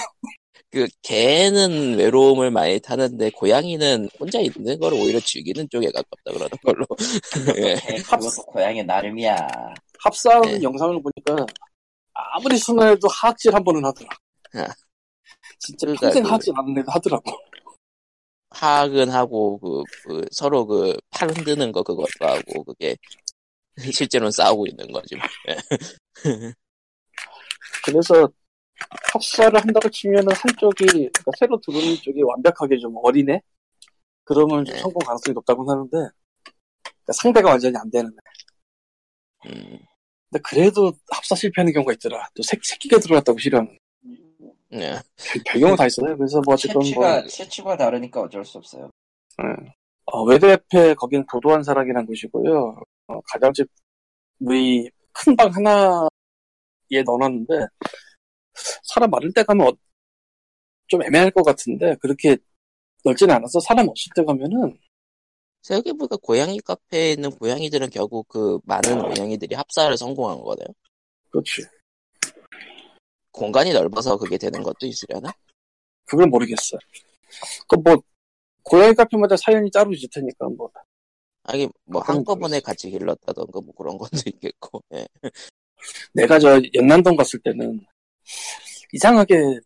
그 개는 외로움을 많이 타는데 고양이는 혼자 있는 걸 오히려 즐기는 쪽에 가깝다 그러는 걸로 예. 예, 그것도 고양이 나름이야. 합사하는 예. 영상을 보니까 아무리 순해도 하악질 한 번은 하더라. 아. 진짜 그러니까 평생 그- 하악질 안 해도 하더라고. 하악은 하고 그, 그 서로 그 팔 흔드는 거 그것도 하고 그게 실제로는 싸우고 있는 거지 뭐. 그래서 합사를 한다고 치면은 한쪽이 그러니까 새로 들어오는 쪽이 완벽하게 좀 어리네 그러면 좀 네. 성공 가능성이 높다고 하는데 그러니까 상대가 완전히 안 되는 데 음, 근데 그래도 합사 실패하는 경우가 있더라. 또 새, 새끼가 들어갔다고 실현. 네. 별, 별 경우 다 있어요. 그래서 뭐 어쨌건 뭐. 채취가 채취가 다르니까 어쩔 수 없어요. 어, 외대협회 거기는 도도한 사랑이라는 곳이고요. 어, 가정집의 큰 방 하나에 넣어놨는데 사람 많을 때 가면 어- 좀 애매할 것 같은데 그렇게 넓지는 않아서 사람 없을 때 가면은 생각해보니까 고양이 카페에 있는 고양이들은 결국 그 많은 고양이들이 합사를 성공한 거네요. 그렇지. 공간이 넓어서 그게 되는 것도 있으려나? 그걸 모르겠어. 그 뭐 고양이 카페마다 사연이 따로 있을 테니까 뭐 아니 뭐 그건 한꺼번에 모르겠어요. 같이 길렀다던가 뭐 그런 것도 있겠고 예. 내가 저 연남동 갔을 때는 이상하게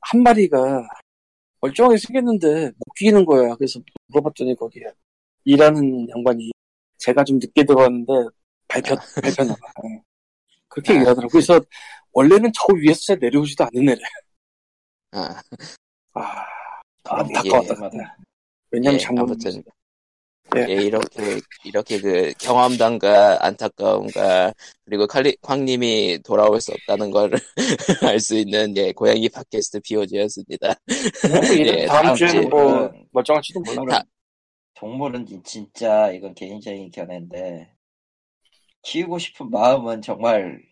한 마리가 멀쩡하게 생겼는데 못 끼는 거야. 그래서 물어봤더니 거기에 일하는 양반이 제가 좀 늦게 들어왔는데 발표, 발표나 봐. 예. 그렇게 아. 얘기하더라고. 그래서 원래는 저 위에서 잘 내려오지도 않는 애래. 아, 아, 예, 안타까웠다. 그때. 왜냐면 예, 장모님. 아무튼. 예. 예, 이렇게 이렇게 그 경험담과 안타까움과 그리고 칼리 광님이 돌아올 수 없다는 걸 알 수 있는 예 고양이 팟캐스트 비오지였습니다. 이런 예, 다음 다음 주에는 주에. 뭐 멀쩡할지도 몰라. 동물은 동물은 진- 진짜 이건 개인적인 견해인데 키우고 싶은 마음은 정말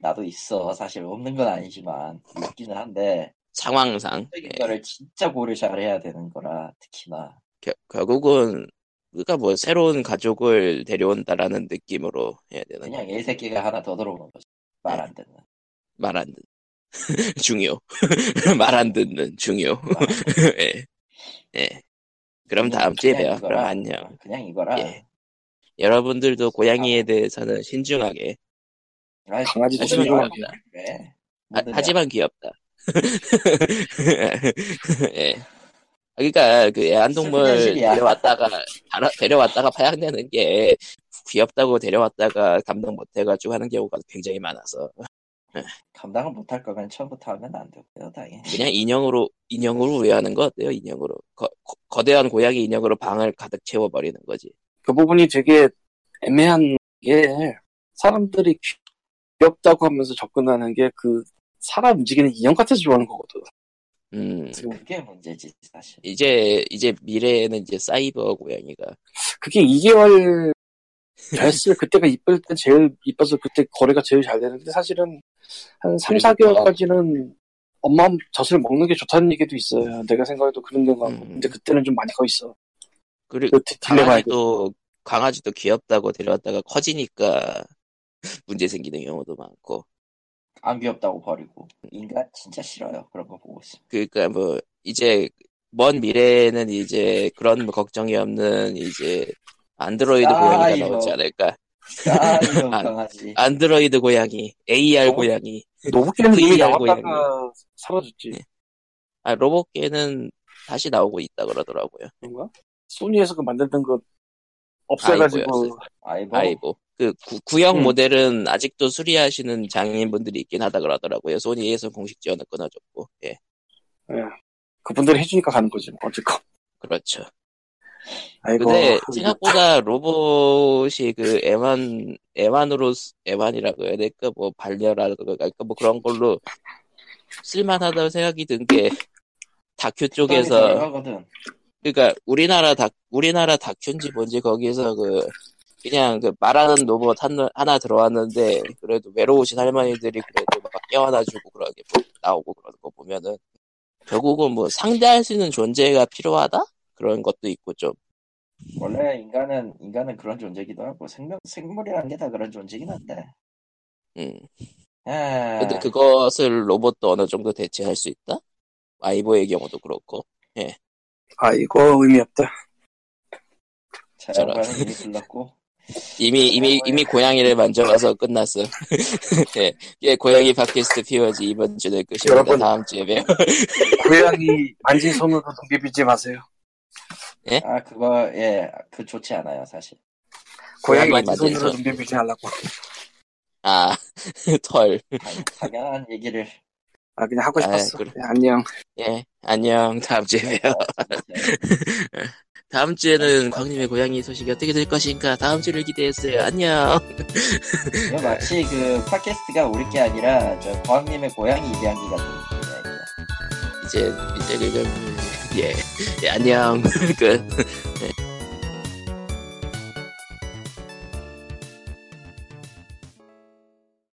나도 있어. 사실 없는 건 아니지만 있기는 한데 상황상 이런 예, 거를 진짜 고려 잘 해야 되는 거라 특히나 겨- 결국은 그러니까 뭐 새로운 가족을 데려온다라는 느낌으로 해야 되는 그냥 애 새끼가 하나 더 들어오는 거지. 말 안 듣는. 말 안 듣는 중요 말 안 듣는 중요 말 안 듣는. 예. 예. 그럼 다음 주에 그냥 봬요. 이거라. 그럼 안녕. 그냥 이거라. 예. 여러분들도 고양이에 대해서는 신중하게. 아이, 강아지도 모든 아. 신중하게. 애가 그래. 하, 모든 하지만 귀엽다. 예. 그러니까 그 애완동물 슬픈 현실이야. 데려왔다가 알아- 데려왔다가 파양되는 게 귀엽다고 데려왔다가 감당 못해가지고 하는 경우가 굉장히 많아서 애가 감당을 못할 거면 처음부터 하면 안 되고요, 당연히. 그냥 인형으로 인형으로 우회하는 거 어때요? 인형으로 거, 대한 고양이 인형으로 방을 가득 채워버리는 거지. 그 부분이 되게 애매한 게 사람들이 귀엽다고 하면서 접근하는 게 그 사람 움직이는 인형 같아서 좋아하는 거거든. 음 지금 그게 문제지 사실. 예. 이제 이제 미래에는 이제 사이버 고양이가 그게 2개월 됐을 그때가 이쁠 때 제일 이뻐서 그때 거래가 제일 잘 되는데 사실은 한 3, 그리고 4개월까지는 엄마 젖을 먹는 게 좋다는 얘기도 있어요. 내가 생각해도 그런 경우가 음. 고 근데 그때는 좀 많이 커 있어. 그리고 그 디- 딜레마야. 강아지도 강아지도 귀엽다고 데려왔다가 커지니까 문제 생기는 경우도 많고 안 귀엽다고 버리고 인간 진짜 싫어요 그런 거 보고 있어 그러니까 뭐 이제 먼 미래에는 이제 그런 뭐 걱정이 없는 이제 안드로이드 아, 고양이가 이거. 나오지 않을까 아 이런 안- 강아지 안드로이드 고양이 AR 어? 고양이 노부게는 이미 VR 나왔다가 네. 사라졌지. 아 로봇계는 다시 나오고 있다 그러더라고요 그런가? 소니에서 그 만들던 거 아이고였어요. 없애가지고 아이고 아이고 그 구, 구형 음. 모델은 아직도 수리하시는 장애인분들이 있긴 하다 그러더라고요 소니에서 공식 지원을 끊어줬고 예 그분들이 해주니까 가는 거지. 뭐. 어쨌건. 그렇죠 아이고. 어, 근데 생각보다 로봇이 그 애완 애완으로 쓰- 애완이라고 해야 될까 뭐 반려라고 그러니까 뭐 그런 걸로 쓸만하다고 생각이 든 게 다큐 똥이 쪽에서 덜하거든 그러니까 우리나라 다 우리나라 다큐인지 뭔지 거기에서 그 그냥 그 말하는 로봇 한, 하나 들어왔는데 그래도 외로우신 할머니들이 그래도 막 깨워놔주고 그런 게뭐 나오고 그런 거 보면은 결국은 뭐 상대할 수 있는 존재가 필요하다 그런 것도 있고 좀 원래 인간은 인간은 그런 존재기도 하고 생명 생물이라는 게 다 그런 존재긴 한데 음. 아, 근데 그것을 로봇도 어느 정도 대체할 수 있다? 아이보의 경우도 그렇고. 아이고, 의미 없다. 자연과는 이미 불렀고 이미, 이미, 아이보의- 이미 고양이를 만져봐서 끝났어. 예, 예, 고양이 팟캐스트 피워지 이번 주는 끝입니다. 여러분. 다음 주에 봬요. 고양이 만진 손으로 동비 비지 마세요. 아 그거 예그 좋지 않아요 사실 고양이 고양이 만진 만진 손으로 손. 동비 비지 하려고. 아, 털. 당- 당연한 얘기를 아, 그냥 하고 아, 싶었어. 그래. 네, 안녕. 예, 안녕. 다음 주에 봬요. 어, 진짜. 다음 주에는 광님의 고양이 소식이 어떻게 될 것인가 다음 주를 기대했어요. 안녕. 이거 마치 그 팟캐스트가 우리 게 아니라 저 과학님의 고양이 입양기 같은 느낌이야. 이제 이게. 이제 그냥 예, 예 안녕. 끝.